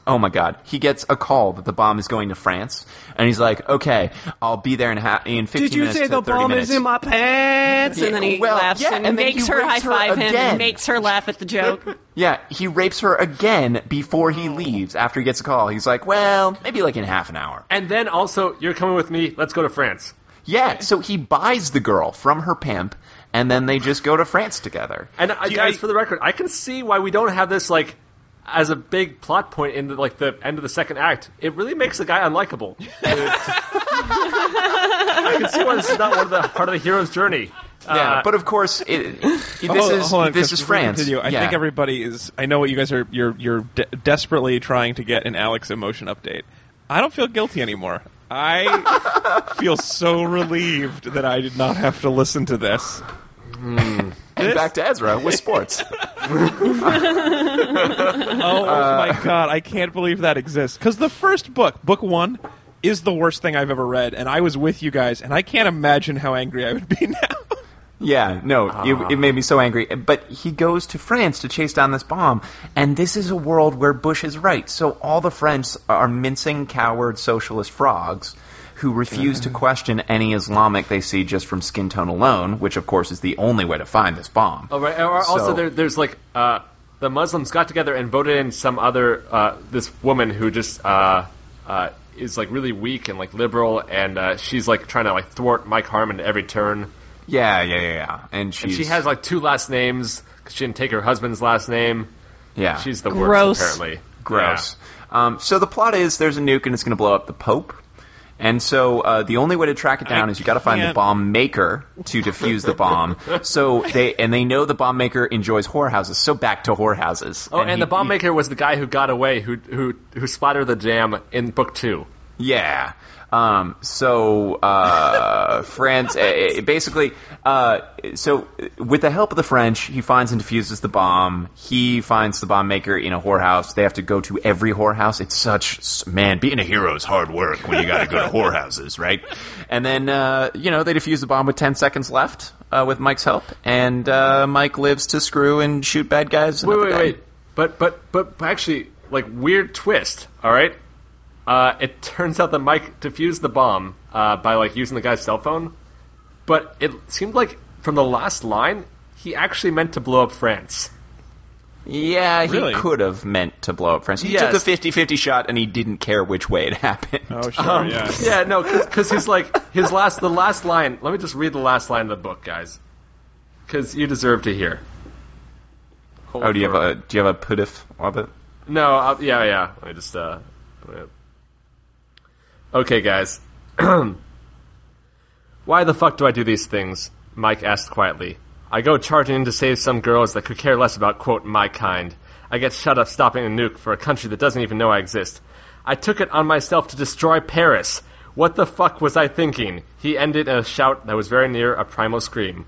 B: Oh my God, he gets a call that the bomb is going to France, and he's like, "Okay, I'll be there in ha- in 15 minutes to 30 minutes."
E: my pants? And then he
B: Yeah, well,
E: laughs
B: yeah,
E: and,
B: and then
E: makes
B: he
E: her high
B: rapes her
E: five him
B: again.
E: and makes her laugh at the joke.
B: yeah, he rapes her again before he leaves. After he gets a call, he's like, "Well, maybe like in half an hour."
D: And then also, you're coming with me. Let's go to France.
B: Yeah, so he buys the girl from her pimp, and then they just go to France together.
D: And I,
C: Do you-
D: guys,
C: I-
D: for the record, I can see why we don't have this like as a big plot point in the, like the end of the second act. It really makes the guy unlikable. I can see why this is not one of the part of the hero's journey.
B: yeah,
D: Uh,
B: but of course, it, it- this
C: Hold-
B: is
C: hold on,
B: this
C: Chris,
B: is
C: before we
B: France.
C: continue, I
B: yeah.
C: think everybody is. I know what you guys are. You're you're de- desperately trying to get an Alex emotion update. I don't feel guilty anymore. I feel so relieved that I did not have to listen to this.
B: Hmm. And back to Ezra with sports.
C: Oh
B: uh,
C: my god, I can't believe that exists. Because the first book, book one, is the worst thing I've ever read, and I was with you guys, and I can't imagine how angry I would be now.
B: yeah, no, it, it made me so angry. But he goes to France to chase down this bomb, and this is a world where Bush is right. So all the French are mincing, coward, socialist frogs who refuse to question any Islamic they see just from skin tone alone, which of course is the only way to find this bomb.
D: Oh, right. Or also,
B: So-
D: there, there's like uh, the Muslims got together and voted in some other uh, this woman who just uh, uh, is like really weak and like liberal, and uh, she's like trying to like thwart Mike Harmon at every turn.
B: Yeah, yeah, yeah, yeah. And she's
D: And she has like two last names 'cause she didn't take her husband's last name.
B: yeah,
D: She's the
E: Gross.
D: worst, apparently.
B: gross. Um, so the plot is there's a nuke and it's going to blow up the Pope. And so uh, the only way to track it down
C: I
B: is you got to find the
C: can't-
B: bomb maker to defuse the bomb. So they and they know the bomb maker enjoys whorehouses. So back to whorehouses.
D: Oh, and,
B: he-
D: the bomb
B: he-
D: maker was the guy who got away, who who who splattered the jam in book two.
B: Yeah. Um, so uh, France, uh, basically, uh, so uh, with the help of the French, he finds and defuses the bomb. He finds the bomb maker in a whorehouse. They have to go to every whorehouse. It's such man, being a hero is hard work when you got to go to whorehouses, right? And then uh, you know they defuse the bomb with ten seconds left uh, with Mike's help, and uh, Mike lives to screw and shoot bad guys.
D: Wait,
B: another
D: wait,
B: day.
D: wait. But but but but actually, like weird twist. All right. Uh, it turns out that Mike defused the bomb uh, by like using the guy's cell phone, but it seemed like from the last line he actually meant to blow up France.
B: Yeah, he
C: Really?
B: could have meant to blow up France. He
D: Yes.
B: took a 50-50 shot and he didn't care which way it happened.
C: Oh, sure,
D: Um,
C: yeah.
D: yeah, no, because he's like his last the last line. Let me just read the last line of the book, guys, because you deserve to hear. Hold
B: Oh, do you have
D: for-
B: a do you have a putif of it?
D: No, i yeah, yeah. I just uh. put it- Okay, guys. Why the fuck do I do these things? Mike asked quietly. I go charging in to save some girls that could care less about quote my kind. I get shut up stopping a nuke for a country that doesn't even know I exist. I took it on myself to destroy Paris. What the fuck was I thinking? He ended in a shout that was very near a primal scream.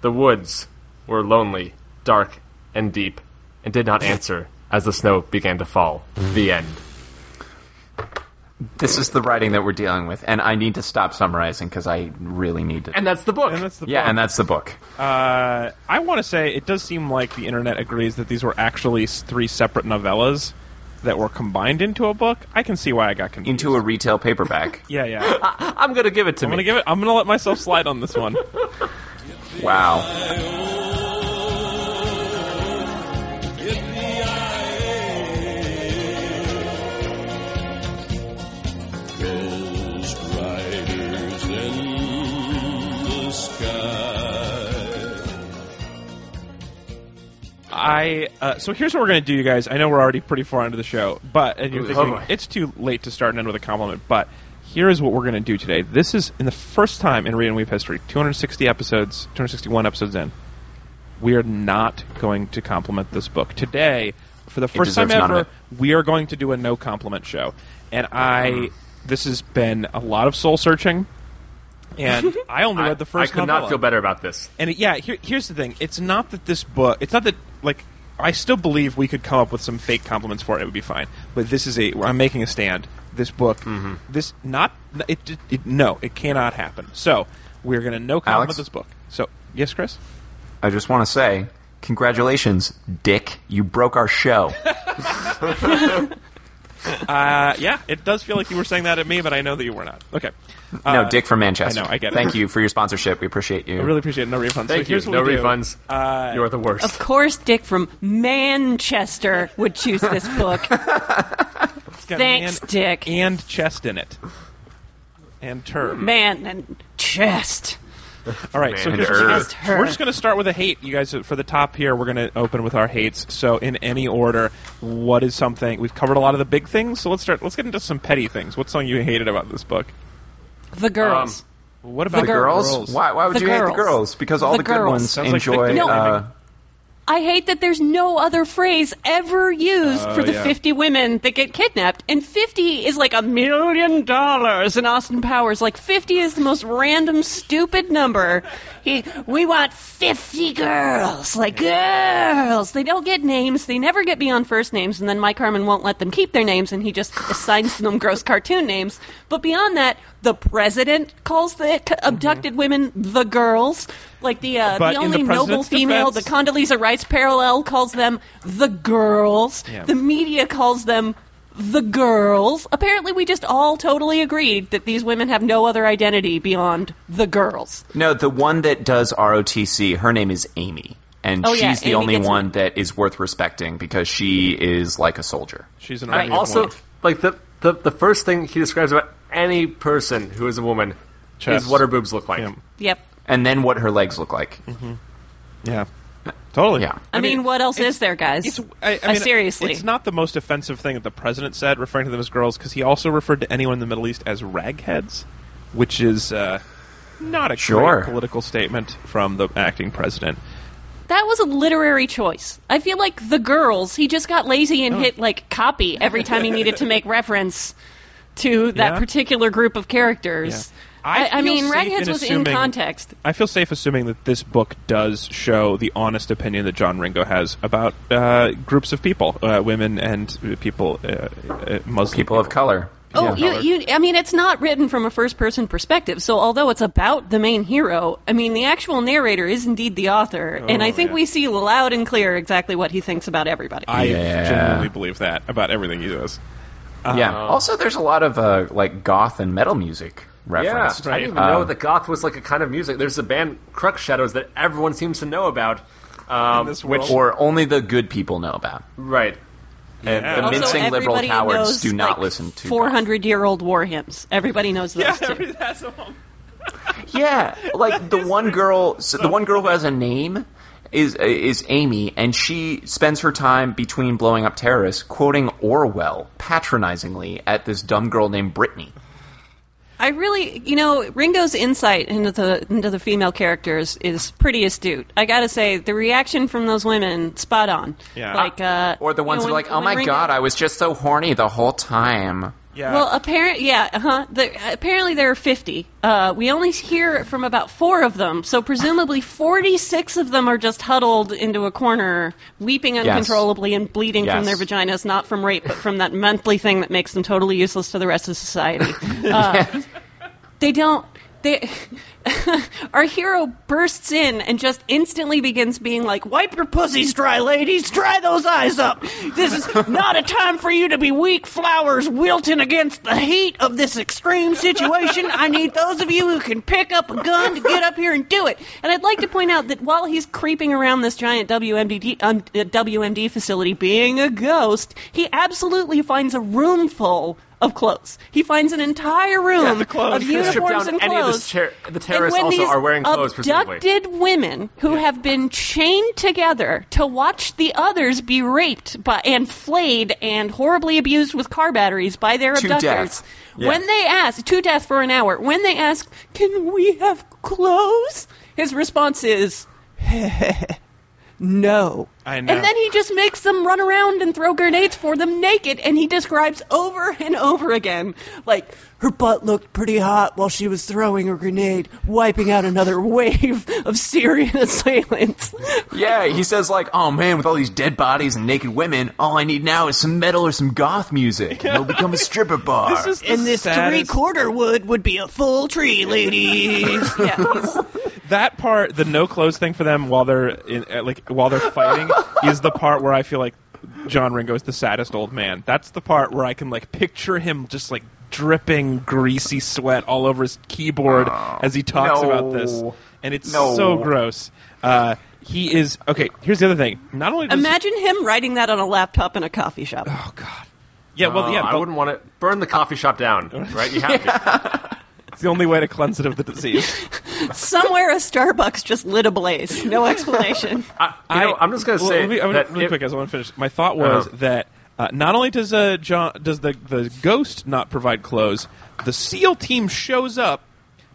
D: The woods were lonely, dark, and deep, and did not answer as the snow began to fall. The end.
B: This is the writing that we're dealing with, and I need to stop summarizing because I really need to.
D: And that's the book.
C: And that's the
B: yeah,
C: book.
B: and that's the book.
C: Uh, I want to say it does seem like the internet agrees that these were actually s- three separate novellas that were combined into a book. I can see why I got confused.
B: Into a retail paperback.
C: yeah, yeah.
D: I, I'm gonna give it to
C: I'm
D: me.
C: gonna give it. I'm gonna let myself slide on this one.
B: wow.
F: Ghost riders in the sky.
C: I uh, so here's what we're gonna do, you guys. I know we're already pretty far into the show, but and you're
D: Ooh,
C: thinking
D: oh boy.
C: it's too late to start and end with a compliment. But here is what we're gonna do today. This is in the first time in Read and Weave history, 260 episodes, 261 episodes in. We are not going to compliment this book today. For the first time
B: deserves none of
C: ever,
B: it.
C: we are going to do a no compliment show, and I. This has been a lot of soul searching, and I only
D: I,
C: read the first.
D: I could
C: novella.
D: not feel better about this.
C: And it, yeah, here, here's the thing. It's not that this book. It's not that like I still believe we could come up with some fake compliments for it. It would be fine. But this is a. I'm making a stand. This book.
D: Mm-hmm.
C: This not. It, it, it- No, it cannot happen. So we're gonna no compliment
B: Alex?
C: this book. So yes, Chris.
B: I just want to say, congratulations, Dick. You broke our show.
C: Uh, yeah, it does feel like you were saying that at me, but I know that you were not. Okay. Uh,
B: no, Dick from Manchester.
C: I know, I get it.
B: Thank you for your sponsorship. We appreciate you.
C: I really appreciate it. No refunds.
D: Thank
C: so here's
D: you.
C: What
D: No
C: we do.
D: refunds.
C: Uh,
D: You're the worst.
E: Of course, Dick from Manchester would choose this book.
C: it's got
E: Thanks,
C: man
E: Dick.
C: And chest in it. And term.
D: Hmm.
E: Man and chest.
C: All right, so
D: Man,
C: here's what we're
B: Earth.
C: gonna- we're just going to start with a hate, you guys. For the top here, we're going to open with our hates. So in any order, what is something we've covered a lot of the big things? So let's start. Let's get into some petty things. What's something you hated about this book?
E: The girls.
D: Um,
C: What about
B: the girls? Why, why would
E: The
B: you hate the
E: girls.
B: girls? Because all the,
E: The
B: good
E: girls.
B: ones
C: Sounds like
B: enjoy.
C: victim
B: uh,
C: blaming.
E: I hate that there's no other phrase ever used
C: Oh,
E: for the
C: yeah.
E: 50 women that get kidnapped. And 50 is like a million dollars in Austin Powers. Like 50 is the most random stupid number. He, we want 50 girls. Like girls. They don't get names. They never get beyond first names. And then Mike Harmon won't let them keep their names and he just assigns them gross cartoon names. But beyond that, the president calls the c- abducted women the girls. Like the
C: Mm-hmm.
E: uh,
C: But
E: the
C: in the
E: only noble
C: president's
E: female,
C: defense-
E: the Condoleezza Rice parallel calls them the girls.
C: Yeah.
E: The media calls them the girls. Apparently, we just all totally agreed that these women have no other identity beyond the girls.
B: No, the one that does ROTC, her name is Amy. And
E: Oh,
B: she's
E: yeah,
B: the
E: Amy
B: only
E: gets-
B: one that is worth respecting because she is like a soldier.
C: She's an
D: I
C: army of
D: also
C: one.
D: like the, the the first thing he describes about any person who is a woman
C: Chest.
D: is what her boobs look like.
C: Yeah.
E: Yep.
D: Mm-hmm.
B: And then what her legs look like.
C: yeah. Totally.
B: Yeah.
E: I, mean, what else
C: it's-
E: is there, guys?
C: It's, I, I
E: Uh,
C: mean,
E: seriously.
C: it's not the most offensive thing that the president said, referring to them as girls, because he also referred to anyone in the Middle East as ragheads, which is uh, not a
B: Sure.
C: great political statement from the acting president.
E: That was a literary choice. I feel like the girls, he just got lazy
C: Oh.
E: and hit like copy every time he needed to make reference to that
C: Yeah.
E: particular group of characters.
C: Yeah. I
E: I, I
C: feel
E: mean,
C: safe
E: Ragheads
C: in
E: was in
C: assuming-
E: context.
C: I feel safe assuming that this book does show the honest opinion that John Ringo has about uh, groups of people, uh, women and people, uh, uh, Muslim
B: People of color.
E: Oh,
B: yeah.
E: you, you, I mean, it's not written from a first person perspective, so although it's about the main hero, I mean, the actual narrator is indeed the author, and
C: Oh,
E: I think
C: yeah.
E: we see loud and clear exactly what he thinks about everybody.
C: I
B: Yeah.
C: genuinely believe that about everything he does.
D: Uh-huh.
B: Yeah. Also, there's a lot of uh, like goth and metal music referenced.
D: Yeah, I didn't
B: Uh,
D: even
E: Um,
D: know that goth was like a kind of music. There's a band, Crux Shadows, that everyone seems to know about. Um,
C: this
D: which,
C: world.
B: Or only the good people know about.
D: right?
B: And
C: Yeah.
B: the
C: Also,
B: mincing liberal
E: everybody
B: cowards
E: knows,
B: do not
E: like,
B: listen to. goth.
E: 400 year old war hymns. Everybody knows those. too.
C: that's the one.
B: Yeah, like the one girl, so the one girl who has a name is is Amy, and she spends her time between blowing up terrorists quoting Orwell patronizingly at this dumb girl named Brittany.
E: I really, you know, Ringo's insight into the into the female characters is pretty astute. I gotta say, the reaction from those women, spot on.
C: Yeah.
E: Like, uh,
B: Or the
E: you
B: ones
E: know,
B: who are
E: when-
B: like, "Oh
E: when
B: my
E: Ringo-
B: god, I was just so horny the whole time."
C: Yeah.
E: Well, apparent, yeah, uh-huh. The, apparently there are 50. Uh, we only hear from about four of them, so presumably 46 of them are just huddled into a corner, weeping uncontrollably and bleeding from their
B: Yes.
E: vaginas, not from rape, but from that monthly thing that makes them totally useless to the rest of society. Uh, They don't. They, our hero bursts in and just instantly begins being like, "Wipe your pussies dry, ladies. Dry those eyes up. This is not a time for you to be weak flowers wilting against the heat of this extreme situation. I need those of you who can pick up a gun to get up here and do it." And I'd like to point out that while he's creeping around this giant WMD um, uh, WMD facility, being a ghost, he absolutely finds a room full of clothes. He finds an entire room
C: the clothes.
E: of
C: He doesn't
D: Strip
E: uniforms
D: down
E: and
D: any of
E: clothes.
D: the, ter- the
E: and
D: terrorists
E: when
D: also
E: these
D: are wearing clothes, presumably.
E: abducted women who have been chained together to watch the others be raped by, and flayed and horribly abused with car batteries by their
B: To
E: abductors,
B: death. Yeah.
E: when they ask to death for an hour, when they ask, "Can we have clothes?" His response is, "No."
C: I know.
E: And then he just makes them run around and throw grenades for them naked, and he describes over and over again, like, her butt looked pretty hot while she was throwing a grenade, wiping out another wave of Syrian assailants.
B: Yeah, he says like, "Oh man, with all these dead bodies and naked women, all I need now is some metal or some goth music. And it'll become a stripper bar."
C: is the
E: and this three
C: saddest-
E: quarter wood would be a full tree, ladies. yeah.
C: that part, the no clothes thing for them while they're in, uh, like while they're fighting, is the part where I feel like John Ringo is the saddest old man. That's the part where I can like picture him just like dripping greasy sweat all over his keyboard
D: Oh.
C: as he talks
B: no.
C: about this, and it's
B: No.
C: so gross. Uh, he is okay. Here's the other thing. Not only does
E: Imagine him writing that on a laptop in a coffee shop.
C: oh god, yeah,
D: Uh,
C: well, yeah,
D: I
C: the-
D: wouldn't want to burn the coffee shop down. Right? You have to.
C: it's the only way to cleanse it of the disease.
E: Somewhere a Starbucks just lit a blaze. No explanation.
D: I, you know, I'm just gonna
C: well,
D: say
C: let me- I'm
D: that
C: gonna- really
D: if-
C: quick, guys. I want to finish. My thought was
D: Uh-huh.
C: that uh, not only does uh, John does the the ghost not provide clothes, the SEAL team shows up,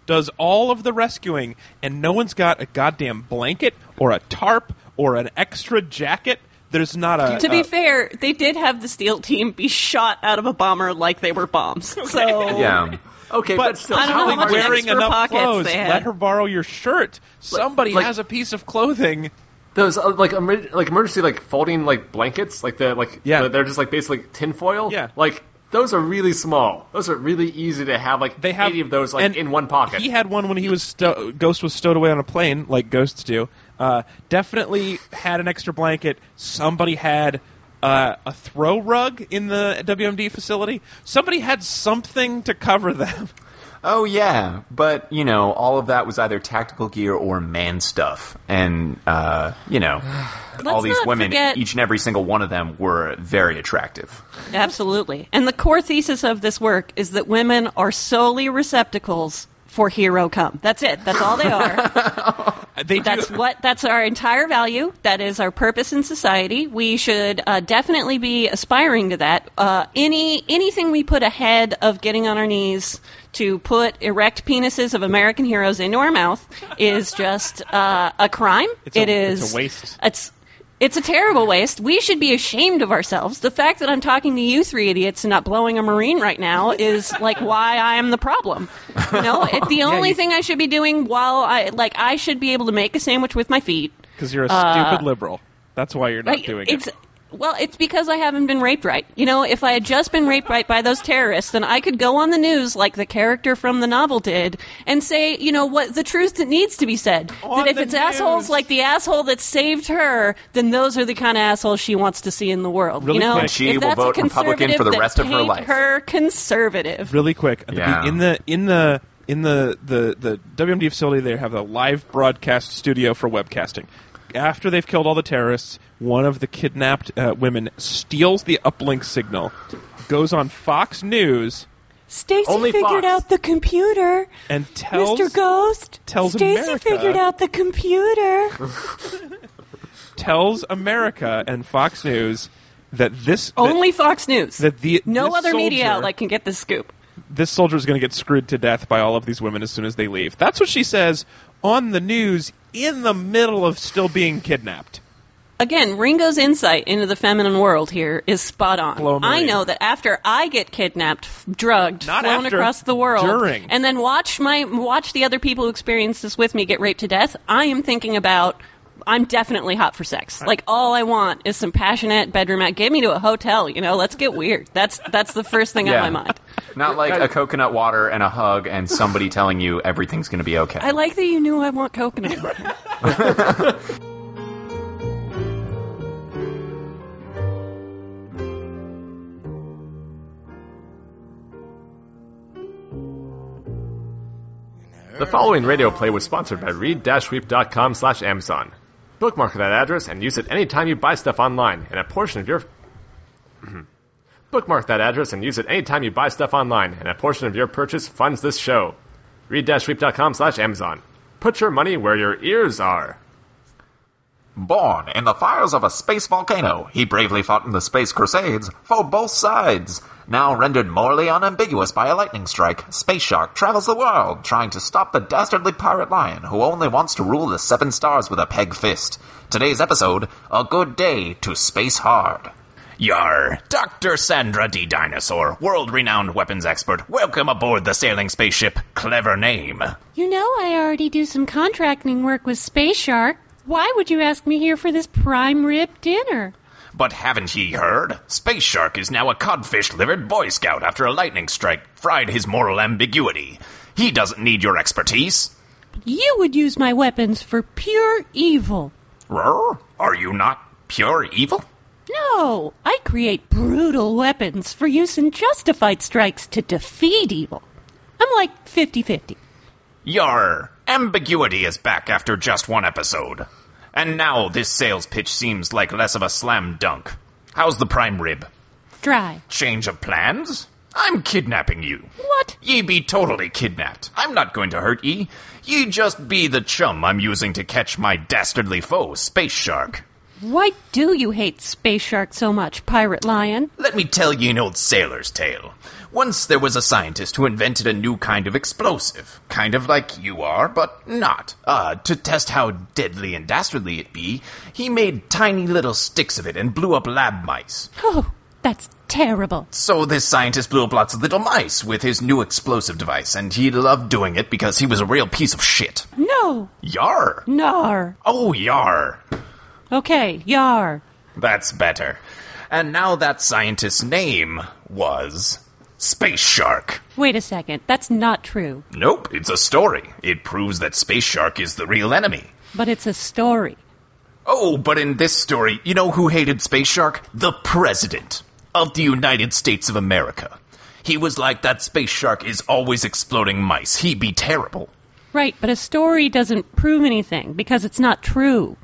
C: does all of the rescuing, and no one's got a goddamn blanket or a tarp or an extra jacket. There's not a
E: To
C: uh,
E: be fair, they did have the SEAL team be shot out of a bomber like they were bombs. So
B: yeah.
D: okay, but,
C: But
D: still,
E: I don't know
D: how
E: how much
D: hard is it?
C: wearing
E: extra
C: enough
E: pockets
C: clothes.
E: they had.
C: Let her borrow your shirt. Somebody
D: like-
C: has a piece of clothing.
D: Those uh, like emer- like emergency like folding like blankets like the like
C: Yeah.
D: the- they're just like basically tinfoil
C: Yeah.
D: like those are really small those are really easy to have like
C: They have
D: eighty of those like
C: and
D: in one pocket
C: He had one when he was sto- Ghost was stowed away on a plane, like ghosts do. Uh, definitely had an extra blanket. Somebody had uh, a throw rug in the WMD facility. Somebody had something to cover them.
B: Oh yeah, but you know, all of that was either tactical gear or man stuff, and uh, you know, all these
E: not
B: women,
E: forget-
B: each and every single one of them, were very attractive.
E: absolutely. And the core thesis of this work is that women are solely receptacles for hero come. That's it. That's all they are.
C: They
E: That's
C: do.
E: what. That's our entire value. That is our purpose in society. We should uh, definitely be aspiring to that. Uh, any anything we put ahead of getting on our knees to put erect penises of American heroes into our mouth is just uh, a crime.
C: It's a-
E: It is-
C: it's a waste.
E: It's it's a terrible waste. We should be ashamed of ourselves. The fact that I'm talking to you three idiots and not blowing a marine right now is like why I am the problem. You know, it's the only
C: you-
E: thing I should be doing while I like I should be able to make a sandwich with my feet.
C: Because you're a
E: Uh,
C: stupid liberal. That's why you're not
E: Like,
C: doing
E: it's
C: it.
E: well, it's because I haven't been raped right. You know, if I had just been raped right by those terrorists, then I could go on the news like the character from the novel did and say, you know, what the truth that needs to be said.
C: On
E: that if
C: the
E: it's assholes
C: news.
E: like the asshole that saved her, then those are the kind of assholes she wants to see in the world.
C: Really
E: you know,
C: quick.
B: And she
E: If
B: will
E: that's a
B: vote Republican for the
E: conservative
B: rest of
E: that
B: her
E: paid
B: life.
E: Her conservative.
C: Really quick. At the be-
B: Yeah.
C: in the in the in the, the the WMD facility, they have a live broadcast studio for webcasting. After they've killed all the terrorists, one of the kidnapped uh, women steals the uplink signal, goes on Fox News,
E: Stacy
D: Only
E: figured
D: Fox.
E: out the computer.
C: and tells
E: Mr. Ghost.
C: tells
E: Stacy
C: America-
E: figured out the computer.
C: tells America and Fox News that this that-
E: Only Fox News.
C: that the
E: No
C: this
E: other media
C: soldier-
E: outlet can get this scoop.
C: this soldier is going to get screwed to death by all of these women as soon as they leave. That's what she says on the news in the middle of still being kidnapped.
E: Again, Ringo's insight into the feminine world here is spot on.
C: Blow Marie.
E: I know that after I get kidnapped, f- drugged,
C: Not
E: flown
C: after,
E: across the world,
C: during.
E: and then watch my watch the other people who experience this with me get raped to death, I am thinking about I'm definitely hot for sex. Like all I want is some passionate bedroom act. Get me to a hotel, you know. Let's get weird. That's that's the first thing
B: Yeah.
E: on my mind.
B: Not like a coconut water and a hug and somebody telling you everything's going to be okay.
E: I like that you knew I want coconut water.
D: The following radio play was sponsored by read-weep.com slash Amazon. Bookmark that address and use it anytime you buy stuff online, and a portion of your... Bookmark that address and use it anytime you buy stuff online, and a portion of your purchase funds this show. Read-weep.com slash Amazon. Put your money where your ears are.
B: Born in the fires of a space volcano, he bravely fought in the space crusades for both sides. Now rendered morally unambiguous by a lightning strike, Space Shark travels the world trying to stop the dastardly pirate lion who only wants to rule the seven stars with a peg fist. Today's episode, A Good Day to Space Hard. Yar, Dr. Sandra D. Dinosaur, world renowned weapons expert, welcome aboard the sailing spaceship. Clever name.
G: You know I already do some contracting work with Space Shark. Why would you ask me here for this prime rib dinner?
B: But haven't ye heard? Space Shark is now a codfish livered Boy Scout after a lightning strike fried his moral ambiguity. He doesn't need your expertise.
G: You would use my weapons for pure evil.
B: Rrr? Are you not pure evil?
G: No, I create brutal weapons for use in justified strikes to defeat evil. I'm like 50 50.
B: Yar, ambiguity is back after just one episode. And now this sales pitch seems like less of a slam dunk. How's the prime rib?
G: Dry.
B: Change of plans? I'm kidnapping you.
G: What?
B: Ye be totally kidnapped. I'm not going to hurt ye. Ye just be the chum I'm using to catch my dastardly foe, Space Shark.
G: Why do you hate Space Shark so much, Pirate Lion?
B: Let me tell ye an old sailor's tale. Once there was a scientist who invented a new kind of explosive, kind of like you are, but not. Uh, to test how deadly and dastardly it be, he made tiny little sticks of it and blew up lab mice.
G: Oh, that's terrible.
B: So this scientist blew up lots of little mice with his new explosive device, and he loved doing it because he was a real piece of shit.
G: No,
B: Yar!
G: nar.
B: Oh, yar!
G: Okay, yar.
B: That's better. And now that scientist's name was Space Shark.
G: Wait a second, that's not true.
B: Nope, it's a story. It proves that Space Shark is the real enemy.
G: But it's a story.
B: Oh, but in this story, you know who hated Space Shark? The President of the United States of America. He was like, that Space Shark is always exploding mice. He be terrible.
G: Right, but a story doesn't prove anything because it's not true.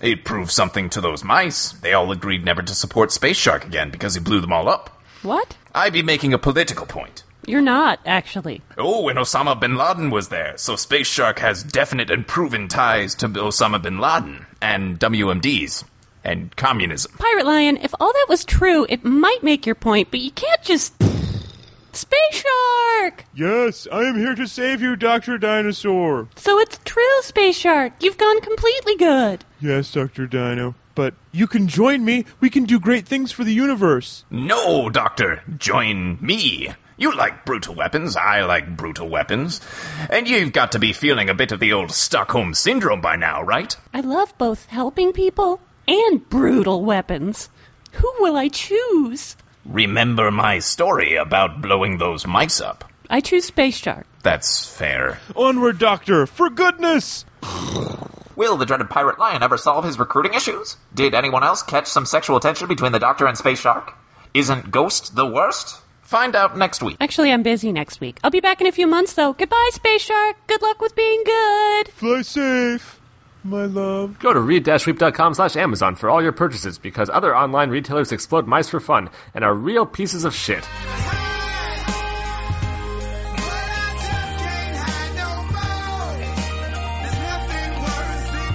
B: It proved something to those mice. They all agreed never to support Space Shark again because he blew them all up.
G: What?
B: I be making a political point.
G: You're not, actually.
B: Oh, and Osama bin Laden was there, so Space Shark has definite and proven ties to Osama bin Laden and WMDs and communism.
G: Pirate Lion, if all that was true, it might make your point, but you can't just. Space Shark!
C: Yes, I am here to save you, Dr. Dinosaur.
G: So it's true, Space Shark. You've gone completely good.
C: Yes, Dr. Dino. But you can join me. We can do great things for the universe.
B: No, Doctor, join me. You like brutal weapons, I like brutal weapons. And you've got to be feeling a bit of the old Stockholm Syndrome by now, right?
G: I love both helping people and brutal weapons. Who will I choose?
B: Remember my story about blowing those mics up.
G: I choose Space Shark.
B: That's fair.
C: Onward, Doctor, for goodness!
H: Will the dreaded pirate lion ever solve his recruiting issues? Did anyone else catch some sexual tension between the Doctor and Space Shark? Isn't Ghost the worst?
B: Find out next week.
G: Actually, I'm busy next week. I'll be back in a few months, though. Goodbye, Space Shark. Good luck with being good.
C: Fly safe, my love.
D: Go to read-weep.com slash Amazon for all your purchases because other online retailers explode mice for fun and are real pieces of shit.
I: But I just can't hide no more. There's nothing worse than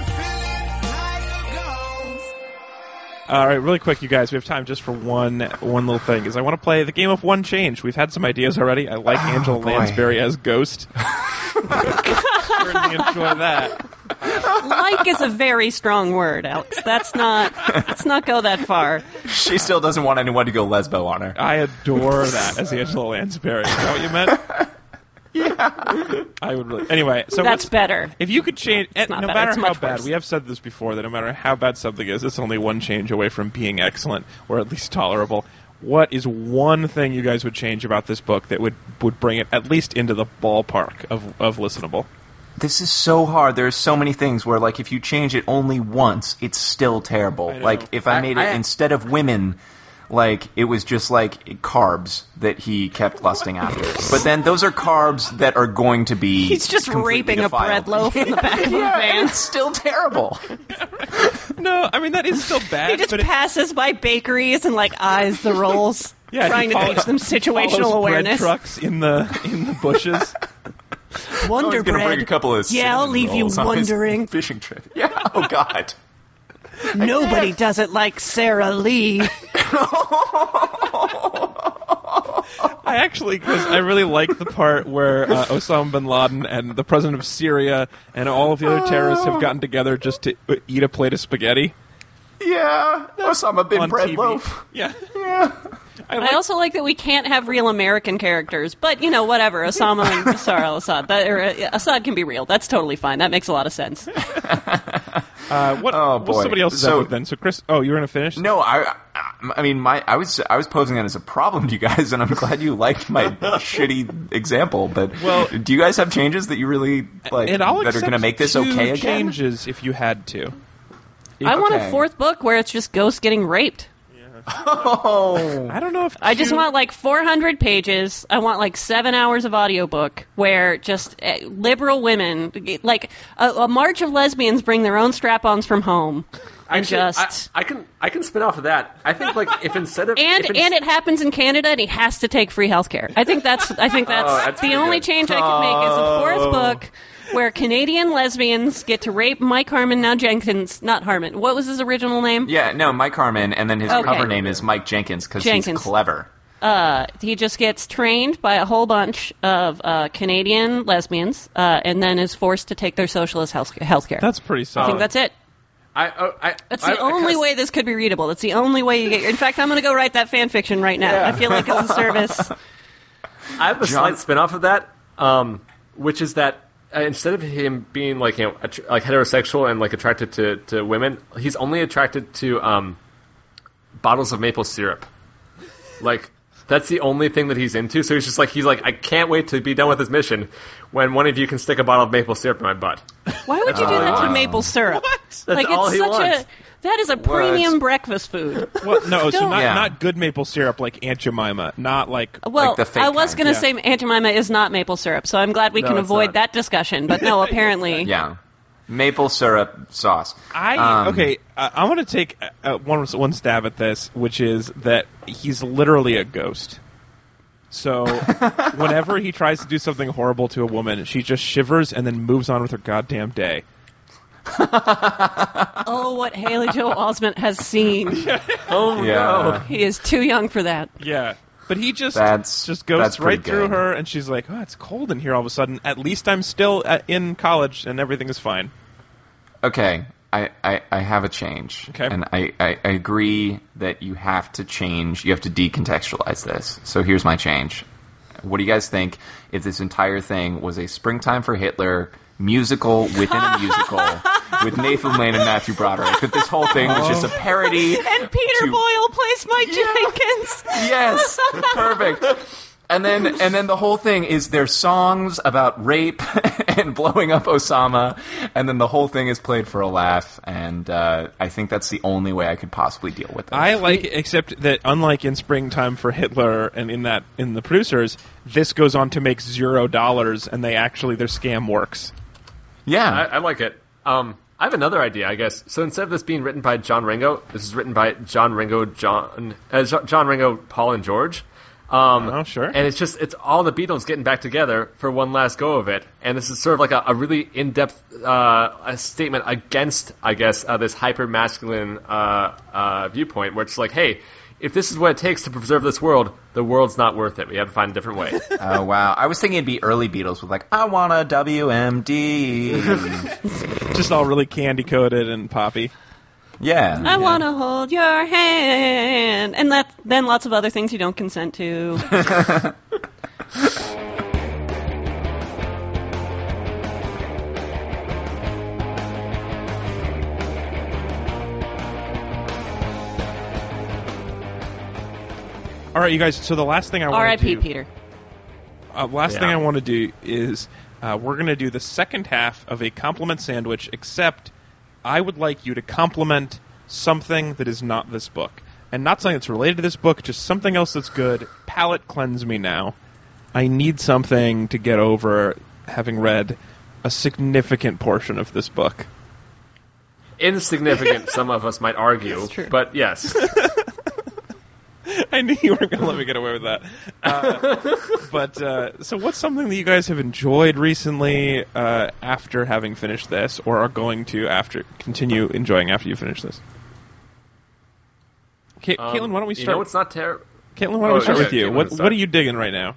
I: feeling like a ghost.
C: All right, really quick, you guys. We have time just for one one little thing. Is I want to play the game of one change. We've had some ideas already. I like Angela Lansbury as Ghost. Certainly enjoy that.
E: like is a very strong word, Alex. That's not. Let's not go that far.
B: She still doesn't want anyone to go lesbo on her.
C: I adore that as Angela Lansbury. Is that what you meant? yeah. I would really. Anyway, so
E: That's
C: what's-
E: better.
C: If you could change, and
E: not
C: no
E: bad.
C: matter
E: It's
C: how
E: much
C: bad,
E: worse.
C: we have said this before that no matter how bad something is, it's only one change away from being excellent or at least tolerable. What is one thing you guys would change about this book that would, would bring it at least into the ballpark of, of listenable?
B: This is so hard. There are so many things where, like, if you change it only once, it's still terrible.
C: know.
B: Like, if I,
D: I-
B: made it
D: I-
B: instead of women, like, it was just like carbs that he kept lusting after. But then those are carbs that are going to be.
E: He's just
B: completely
E: raping
B: defiled.
E: a bread loaf in the back of a
B: Yeah, and
E: van.
B: it's still terrible.
C: No, I mean that is still bad.
E: He just
C: but it-
E: passes by bakeries and like eyes the rolls,
C: Yeah, he
E: trying to
C: follows-
E: teach them
C: follows
E: situational
C: bread
E: awareness.
C: trucks in the in the bushes.
B: I
E: Wonder
B: was gonna bring a
E: bread.
B: couple of
E: Yeah, I'll
B: cinnamon
E: leave you
B: rolls on his
E: wondering.
B: Fishing trip. Yeah. Oh God.
E: Nobody does it like Sarah Lee.
C: I actually, 'cause I really like the part where uh, Osama bin Laden and the president of Syria and all of the other terrorists have gotten together just to uh, eat a plate of spaghetti
B: Yeah. Osama bin
C: on
B: bread
C: TV.
B: loaf.
C: Yeah,
B: Yeah.
C: I like
E: I also like that we can't have real American characters, but you know, whatever. Osama and Bashar al-Assad, that, or, uh, Assad can be real. That's totally fine. That makes a lot of sense.
C: uh, what.
B: Oh,
C: well,
B: boy.
C: somebody else is
B: So-
C: up with then. So Chris, oh, you're gonna finish?
B: No, I, I, I mean, my, I was, I was posing that as a problem to you guys, and I'm glad you liked my shitty example. But
C: Well-
B: do you guys have changes that you really like
C: and I'll
B: that are
C: accept
B: going to make this
C: two
B: okay again?
C: changes if you had to.
E: I want
B: Okay.
E: a fourth book where it's just ghosts getting raped.
B: Oh,
C: I don't know if
E: I just
C: two-
E: want like 400 pages. I want like seven hours of audiobook where just uh, liberal women, like a, a march of lesbians, bring their own strap-ons from home and
D: Actually,
E: just.
D: I, I can I can spin off of that. I think like if instead of
E: and
D: if ins-
E: and it happens in Canada, and he has to take free health care. I think that's I think that's,
D: Oh, that's
E: the
D: pretty
E: only
D: good. Oh.
E: change I could make is a fourth book where Canadian lesbians get to rape Mike Harmon now Jenkins, not Harmon. What was his original name?
B: yeah, no, Mike Harmon, and then his
E: Okay.
B: cover name is Mike Jenkins because he's
E: Jenkins.
B: clever.
E: Uh, he just gets trained by a whole bunch of uh, Canadian lesbians, uh, and then is forced to take their socialist health health care.
C: That's pretty
E: I
C: solid.
E: think that's it.
D: I, oh, I,
E: That's
D: Oh. I-
E: the
D: I
E: only
D: kinda-
E: way this could be readable. That's the only way you get. Your, in fact, I'm going to go write that fan fiction right now. I feel like it's a service.
D: I have a
B: John-
D: slight spin off of that, um, which is that uh, instead of him being like you know att- like heterosexual and like attracted to, to women, he's only attracted to um, bottles of maple syrup. Like that's the only thing that he's into. So he's just like he's like I can't wait to be done with this mission when one of you can stick a bottle of maple syrup in my butt.
E: Why would you do that
D: Uh.
E: to maple syrup?
D: That's
E: like
D: all
E: it's
D: he
E: such
D: wants.
E: a that is a premium breakfast food.
C: well, no, so
E: Don't-
C: not
B: Yeah.
C: not good maple syrup like Aunt Jemima, not like
E: Well,
B: the fake
E: I was
B: kind,
E: going to
C: yeah.
E: say Aunt Jemima is not maple syrup, so I'm glad we
D: No,
E: can
D: it's
E: avoid
D: not.
E: that discussion. But no, apparently,
B: Yeah, maple syrup sauce.
C: I
B: Um,
C: okay. Uh, I want to take uh, uh, one one stab at this, which is that he's literally a ghost. So whenever he tries to do something horrible to a woman, she just shivers and then moves on with her goddamn day.
E: Oh, what Haley Joel Osment has seen.
D: Oh
B: Yeah.
E: He is too young for that.
C: Yeah. But he just
B: That's-
C: just
B: that's
C: goes
B: pretty
C: right through
B: good.
C: her, and she's like, "Oh, it's cold in here all of a sudden. At least I'm still at, in college, and everything is fine."
B: Okay, I, I, I have a change.
C: Okay.
B: And I, I, I agree that you have to change, you have to decontextualize this. So here's my change. What do you guys think if this entire thing was a Springtime for Hitler musical within a musical with Nathan Lane and Matthew Broderick? That this whole thing was just a parody.
E: And Peter
B: To-
E: Boyle plays Mike Jenkins.
B: Yes, perfect. And then, and then the whole thing is there's songs about rape and blowing up Osama, and then the whole thing is played for a laugh. And uh, I think that's the only way I could possibly deal with it.
C: I like, except that unlike in Springtime for Hitler and in that in the producers, this goes on to make zero dollars, and they actually their scam works.
D: I,
B: yeah,
D: I like it. Um, I have another idea, I guess. So instead of this being written by John Ringo, this is written by John Ringo, John, uh, Jo- John Ringo, Paul, and George. Um,
C: Oh, sure.
D: And it's just it's all the Beatles getting back together for one last go of it. And this is sort of like a, a really in depth uh, a statement against, I guess, uh, this hyper masculine uh, uh, viewpoint, where it's like, hey. If this is what it takes to preserve this world, the world's not worth it. We have to find a different way.
B: oh wow. I was thinking it'd be early Beatles with like I want a WMD.
C: Just all really candy coated and poppy.
B: yeah,
E: I want to hold your hand. And that, then lots of other things you don't consent to.
C: All right, you guys. So the last thing I want to do.
E: R.I.P. Peter.
C: Uh, last
D: Yeah.
C: thing I want to do is uh, we're going to do the second half of a compliment sandwich, except I would like you to compliment something that is not this book. And not something that's related to this book, just something else that's good. Palette cleanse me now. I need something to get over having read a significant portion of this book.
D: Insignificant, some of us might argue,
E: true.
D: but yes.
C: I knew you weren't going to let me get away with that. Uh, but uh, so, what's something that you guys have enjoyed recently uh, after having finished this, or are going to after continue enjoying after you finish this? Ca-
D: Um,
C: Caitlin, why don't we
D: You know
C: start?
D: it's not terrible.
C: Caitlin, why don't we
D: Oh,
C: start
D: okay,
C: with you?
D: Caitlin,
C: What
D: start.
C: What are you digging right now?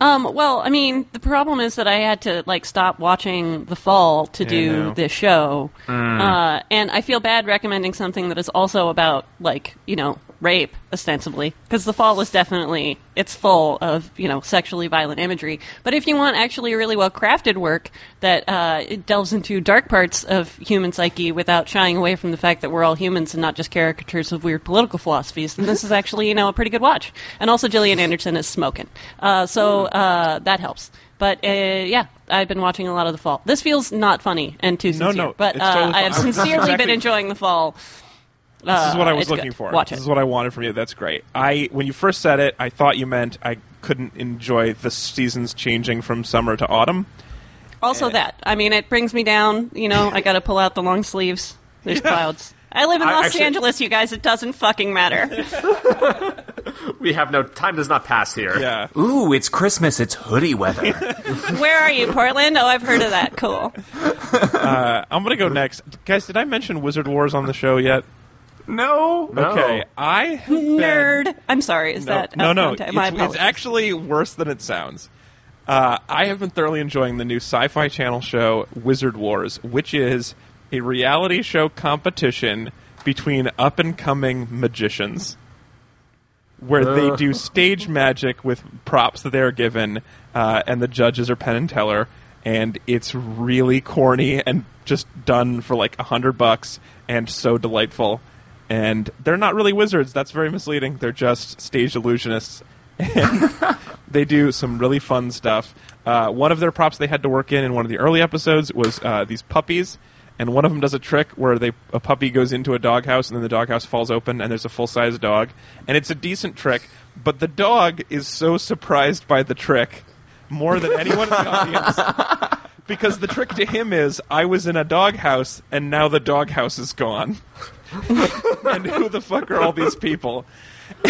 E: Um, well, I mean, the problem is that I had to like stop watching The Fall to
C: Yeah, I know.
E: do this show, uh, and I feel bad recommending something that is also about like you know rape ostensibly because The Fall is definitely it's full of you know sexually violent imagery. But if you want actually really well crafted work that uh, it delves into dark parts of human psyche without shying away from the fact that we're all humans and not just caricatures of weird political philosophies, then this is actually you know a pretty good watch. And also Gillian Anderson is smoking, uh, so uh, that helps. But uh, yeah, I've been watching a lot of The Fall. This feels not funny and too
C: No,
E: sincere,
C: no,
E: but
C: it's
E: uh,
C: totally
E: I have
C: fine. That's
E: sincerely
C: exactly-
E: been enjoying The Fall.
C: This is what I was
E: Uh, it's
C: looking
E: good.
C: for.
E: Watch
C: this
E: it.
C: is what I wanted from you. That's great. I when you first said it, I thought you meant I couldn't enjoy the seasons changing from summer to autumn.
E: Also, that I mean, it brings me down. You know, I got to pull out the long sleeves. There's clouds. I live in
D: I
E: Los
D: actually-
E: Angeles, you guys. It doesn't fucking matter.
D: We have no time does not pass here.
C: Yeah.
B: Ooh, it's Christmas. It's hoodie weather.
E: Where are you, Portland? Oh, I've heard of that. Cool.
C: Uh, I'm gonna go next, guys. Did I mention Wizard Wars on the show yet?
B: no.
D: No.
C: Okay, I have been-
E: Nerd. I'm sorry. Is
C: No,
E: that
C: no,
E: out
C: no.
E: of
C: It's,
E: context? My
C: it's
E: apologies.
C: actually worse than it sounds. Uh, I have been thoroughly enjoying the new Sci-Fi Channel show Wizard Wars, which is a reality show competition between up-and-coming magicians, where they
D: Uh.
C: do stage magic with props that they are given, uh, and the judges are Penn and Teller. And it's really corny and just done for like a hundred bucks, and so delightful and they're not really wizards. That's very misleading. They're just stage illusionists. And they do some really fun stuff. Uh, one of their props they had to work in in one of the early episodes was uh, these puppies, and one of them does a trick where they a puppy goes into a doghouse and then the doghouse falls open and there's a full size dog, and it's a decent trick. But the dog is so surprised by the trick more than anyone in the audience because the trick to him is I was in a doghouse and now the doghouse is gone. and who the fuck are all these people?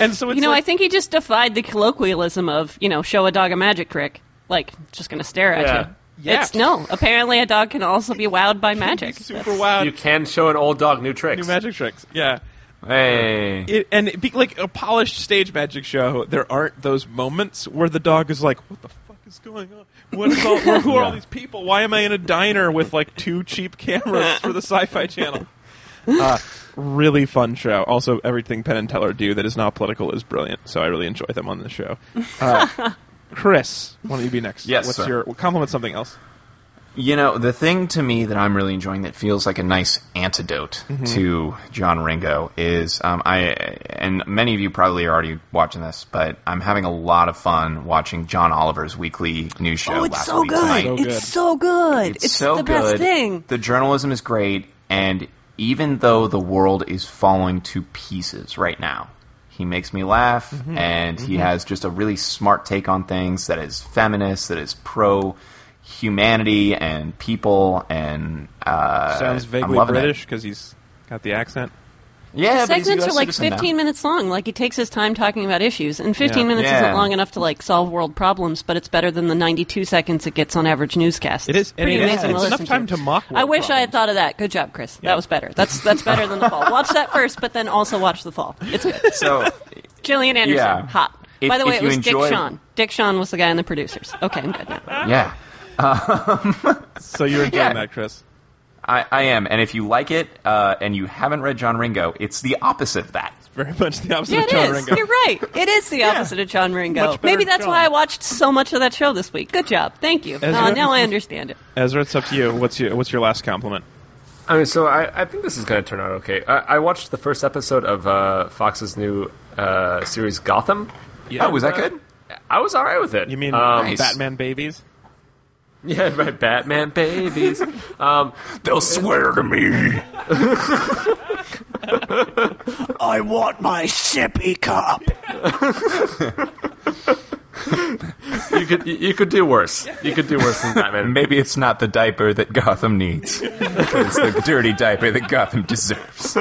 C: and so it's
E: You know,
C: like,
E: I think he just defied the colloquialism of, you know, show a dog a magic trick. Like, just going to stare at
D: Yeah.
E: you.
C: Yeah.
E: It's no. Apparently, a dog can also be wowed by magic.
C: super wild
D: You can show an old dog new tricks.
C: Uh, new magic tricks. Yeah.
B: Hey.
C: It, and it be, like a polished stage magic show, there aren't those moments where the dog is like, "What the fuck is going on? What is all? Who are all
B: Yeah.
C: these people? Why am I in a diner with like two cheap cameras for the Sci-Fi Channel?" Uh, really fun show. Also, everything Penn and Teller do that is not political is brilliant. So I really enjoy them on the show. Uh, Chris, why don't you be next?
B: Yes,
C: What's
B: sir.
C: your well, compliment? Something else?
B: You know, the thing to me that I'm really enjoying that feels like a nice antidote
E: Mm-hmm.
B: to John Ringo is um, I, and many of you probably are already watching this, but I'm having a lot of fun watching John Oliver's weekly news show.
E: Oh, it's
B: last
E: so
B: week
E: good.
B: tonight.
C: So good.
E: It's so good.
B: It's, so
E: the
B: good.
E: best thing.
B: The journalism is great, and even though the world is falling to pieces right now, he makes me laugh,
E: Mm-hmm.
B: and he has just a really smart take on things that is feminist, that is pro humanity and people, and uh,
C: Sounds
B: I'm
C: vaguely
B: loving it.
C: British because he's got the accent.
B: Yeah, but he's a
E: Segments
B: US
E: are like
B: citizen now.
E: 15 minutes long. Like he takes his time talking about issues, and 15
C: Yeah.
E: minutes
B: Yeah.
E: isn't long enough to like solve world problems, but it's better than the 92 seconds it gets on average newscasts.
C: It is. and
E: pretty
C: it is-
E: amazing.
C: it's
E: to
C: enough
E: listen
C: time to mock.
E: I
C: world
E: wish I had
C: problems.
E: thought of that. Good job, Chris.
C: Yeah.
E: That was better. That's that's better than the fall. Watch that first, but then also watch the fall. It's good.
B: So
E: Gillian Anderson,
B: Yeah.
E: hot.
B: If-
E: By the
B: if
E: way, it
B: you
E: was
B: enjoy-
E: Dick Shawn. Dick Shawn was the guy in the producers. Okay, I'm good now.
B: yeah. Um,
C: So you're enjoying
B: Yeah.
C: that, Chris?
B: I, I am, and if you like it uh, and you haven't read John Ringo, it's the opposite of that.
C: Very much the opposite
E: Yeah,
C: of John
E: it is.
C: Ringo.
E: You're right. It is the opposite of John Ringo.
C: Much better
E: Maybe that's
C: John.
E: why I watched so much of that show this week. Good job. Thank you.
C: Ezra?
E: Ah, now I understand it.
C: Ezra, it's up to you. What's your What's your last compliment?
D: I mean, so I, I think this is going to turn out okay. I, I watched the first episode of uh, Fox's new uh, series Gotham.
B: oh, was that good?
D: I was all right with it.
C: You mean
D: um,
B: Nice.
C: Batman babies?
D: yeah, right, Batman babies. um,
B: They'll swear to me.
J: I want my sippy cup.
D: you could you, you could do worse. You could do worse than Batman.
B: Maybe it's not the diaper that Gotham needs. it's the dirty diaper that Gotham deserves.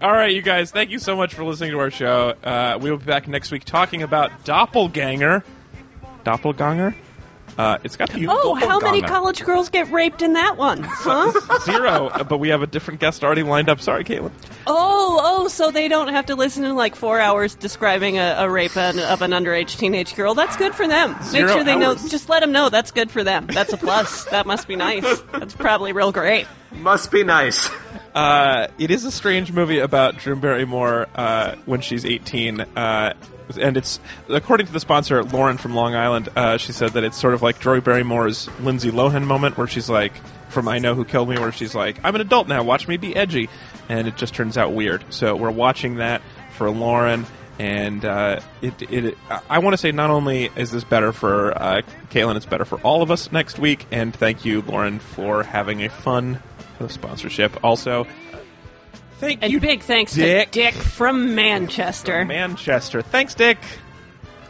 C: All right, you guys. Thank you so much for listening to our show. Uh, we will be back next week talking about doppelganger. Doppelganger. Uh, it's got the
E: Oh, how many
B: Doppelganger.
E: college girls get raped in that one? Huh?
C: zero, uh, but we have a different guest already lined up. Sorry, Caitlin.
E: oh, oh, so they don't have to listen to like four hours describing a, a rape an, of an underage teenage girl. That's good for them. Make
C: Zero
E: sure they
C: hours.
E: know. Just let them know that's good for them. That's a plus. that must be nice. That's probably real great.
D: Must be nice.
C: Uh, it is a strange movie about Drew Barrymore uh, when she's 18. Uh, and it's, according to the sponsor, Lauren from Long Island, uh, she said that it's sort of like Drew Barrymore's Lindsay Lohan moment where she's like, from I Know Who Killed Me, where she's like, I'm an adult now, watch me be edgy. And it just turns out weird. So we're watching that for Lauren. And uh, it, it, I want to say not only is this better for uh, Caitlin, it's better for all of us next week. And thank you, Lauren, for having a fun sponsorship. Also, thank
E: And
C: you,
E: big thanks
C: dick.
E: to Dick from Manchester.
C: Manchester. Thanks, Dick.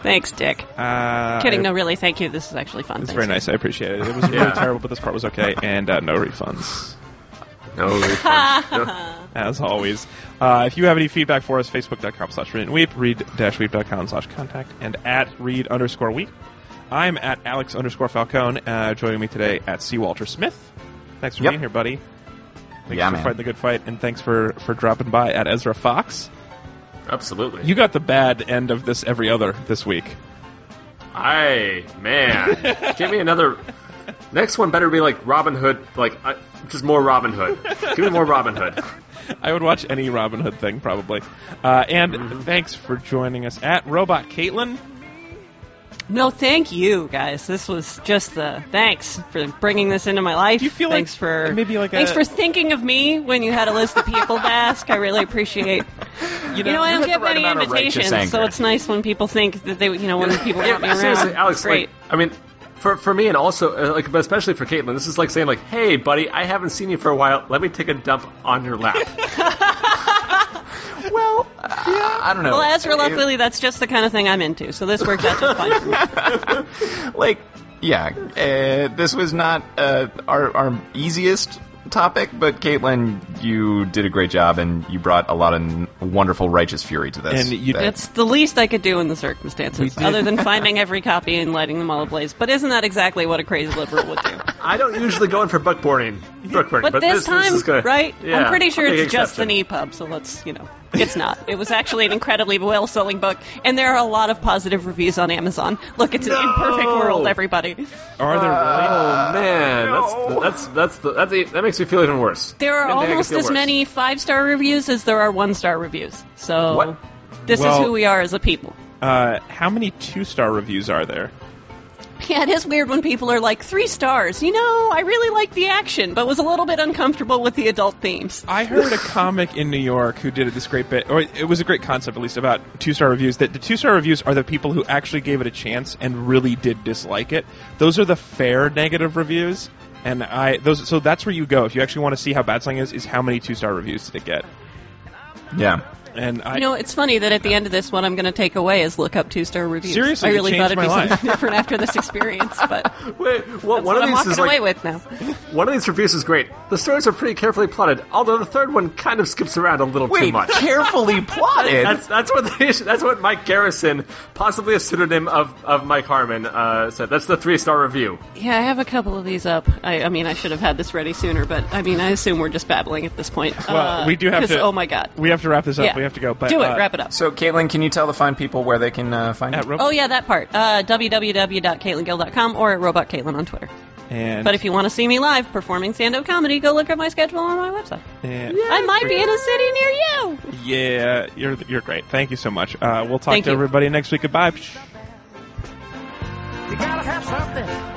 E: Thanks, Dick.
C: Uh,
E: Kidding,
C: I-
E: no, really, thank you. This is actually fun.
C: It's
E: Thanks.
C: very nice. I appreciate it. It was really terrible, but this part was okay. And uh, no refunds.
D: No, really fun. No.
C: as always. Uh, if you have any feedback for us, facebook.com slash read and weep, read dash weep.com slash contact, and at read underscore weep. I'm at alex underscore falcone. Uh, joining me today at C. Walter Smith. Thanks for
B: Yep.
C: being here, buddy. Thanks
B: Yeah,
C: for
B: man.
C: fighting the good fight, and thanks for, for dropping by at Ezra Fox.
D: Absolutely.
C: You got the bad end of this every other this week.
D: I man, give me another. Next one better be like Robin Hood, like uh, just more Robin Hood. Give me more Robin Hood.
C: I would watch any Robin Hood thing probably. Uh, and thanks for joining us at Robot Caitlin.
E: No, thank you guys. This was just the thanks for bringing this into my life.
C: Do you feel like-
E: thanks for
C: maybe like
E: thanks
C: a-
E: for thinking of me when you had a list of people to ask. I really appreciate. You know, I
B: you
E: don't
B: had
E: get
B: the right
E: many
B: amount of righteous
E: invitations,
B: anger.
E: so it's nice when people think that they, you know, when people want me around.
D: Seriously, Alex,
E: great.
D: like, I mean, for for me and also uh, like but especially for Caitlin, this is like saying like, "Hey, buddy, I haven't seen you for a while. Let me take a dump on your lap."
B: Well, I- I don't know.
E: Well, Ezra, luckily, that's just the kind of thing I'm into, so this worked out just fine for me.
B: like yeah uh, this was not uh, our, our easiest topic but caitlin you did a great job and you brought a lot of n- wonderful righteous fury to this
C: And you
B: That-
E: That's the least I could do in the circumstances,
C: did.
E: other than finding every copy and lighting them all ablaze. But isn't that exactly what a crazy liberal would do?
D: I don't usually go in for bookboarding, bookboarding,
E: But, this, time,
D: is gonna,
E: right?
D: Yeah,
E: I'm pretty sure
D: I'll make
E: it's just
D: exception.
E: an E EPUB, so let's, you know, it's not. It was actually an incredibly well-selling book, and there are a lot of positive reviews on Amazon. Look, it's an imperfect world, everybody.
C: Are there really?
D: Oh man, that's that's that's the, that's the, that makes me feel even worse.
E: There are
D: That makes me
E: almost
D: feel
E: as
D: worse.
E: many five-star reviews as there are one-star reviews. So
B: What?
E: this
C: Well-
E: is who we are as a people.
C: Uh, how many two star reviews are there?
E: Yeah, it is weird when people are like three stars. You know, I really liked the action, but was a little bit uncomfortable with the adult themes.
C: I heard a comic in New York who did this great bit, or it was a great concept at least, about two star reviews. That the two star reviews are the people who actually gave it a chance and really did dislike it. Those are the fair negative reviews, and I those so that's where you go if you actually want to see how bad something is. Is how many two star reviews did it get?
B: yeah
C: And I
E: You know, it's funny that at the end of this, what I'm going to take away is look up two star reviews.
C: Seriously,
E: I
C: you
E: really
C: changed
E: thought
C: my
E: it'd be
C: life.
E: something different after this experience, but that's
D: Wait, well, one
E: what
D: of
E: I'm
D: these
E: walking
D: is like
E: away with now.
D: one of these reviews is great. The stories are pretty carefully plotted, although the third one kind of skips around a little too
B: wait
D: much.
B: carefully plotted
D: That's that's what the issue, that's what Mike Garrison, possibly a pseudonym of, of Mike Harmon, uh, said. That's the three star review.
E: Yeah, I have a couple of these up. I, I mean, I should have had this ready sooner, but I mean, I assume we're just babbling at this point.
C: Well,
E: Uh,
C: we do have
E: 'cause,
C: to-
E: Oh my god.
C: we have to wrap this up.
E: yeah.
C: We have to go. But
E: do it.
C: uh,
E: wrap it up.
B: so caitlin can you tell the fine people where they can uh, find
C: At
B: you
C: Rob-
E: Oh yeah, that part. Uh, www.caitlingill.com or at robotcaitlin on Twitter.
C: and,
E: But if you want to see me live performing stand-up comedy, go look at my schedule on my website.
C: and-
E: I might be in a city near you.
C: yeah, you're you're great. Thank you so much. Uh, we'll talk
E: Thank
C: to
E: you.
C: everybody next week. Goodbye.
J: You gotta have something.
I: oh,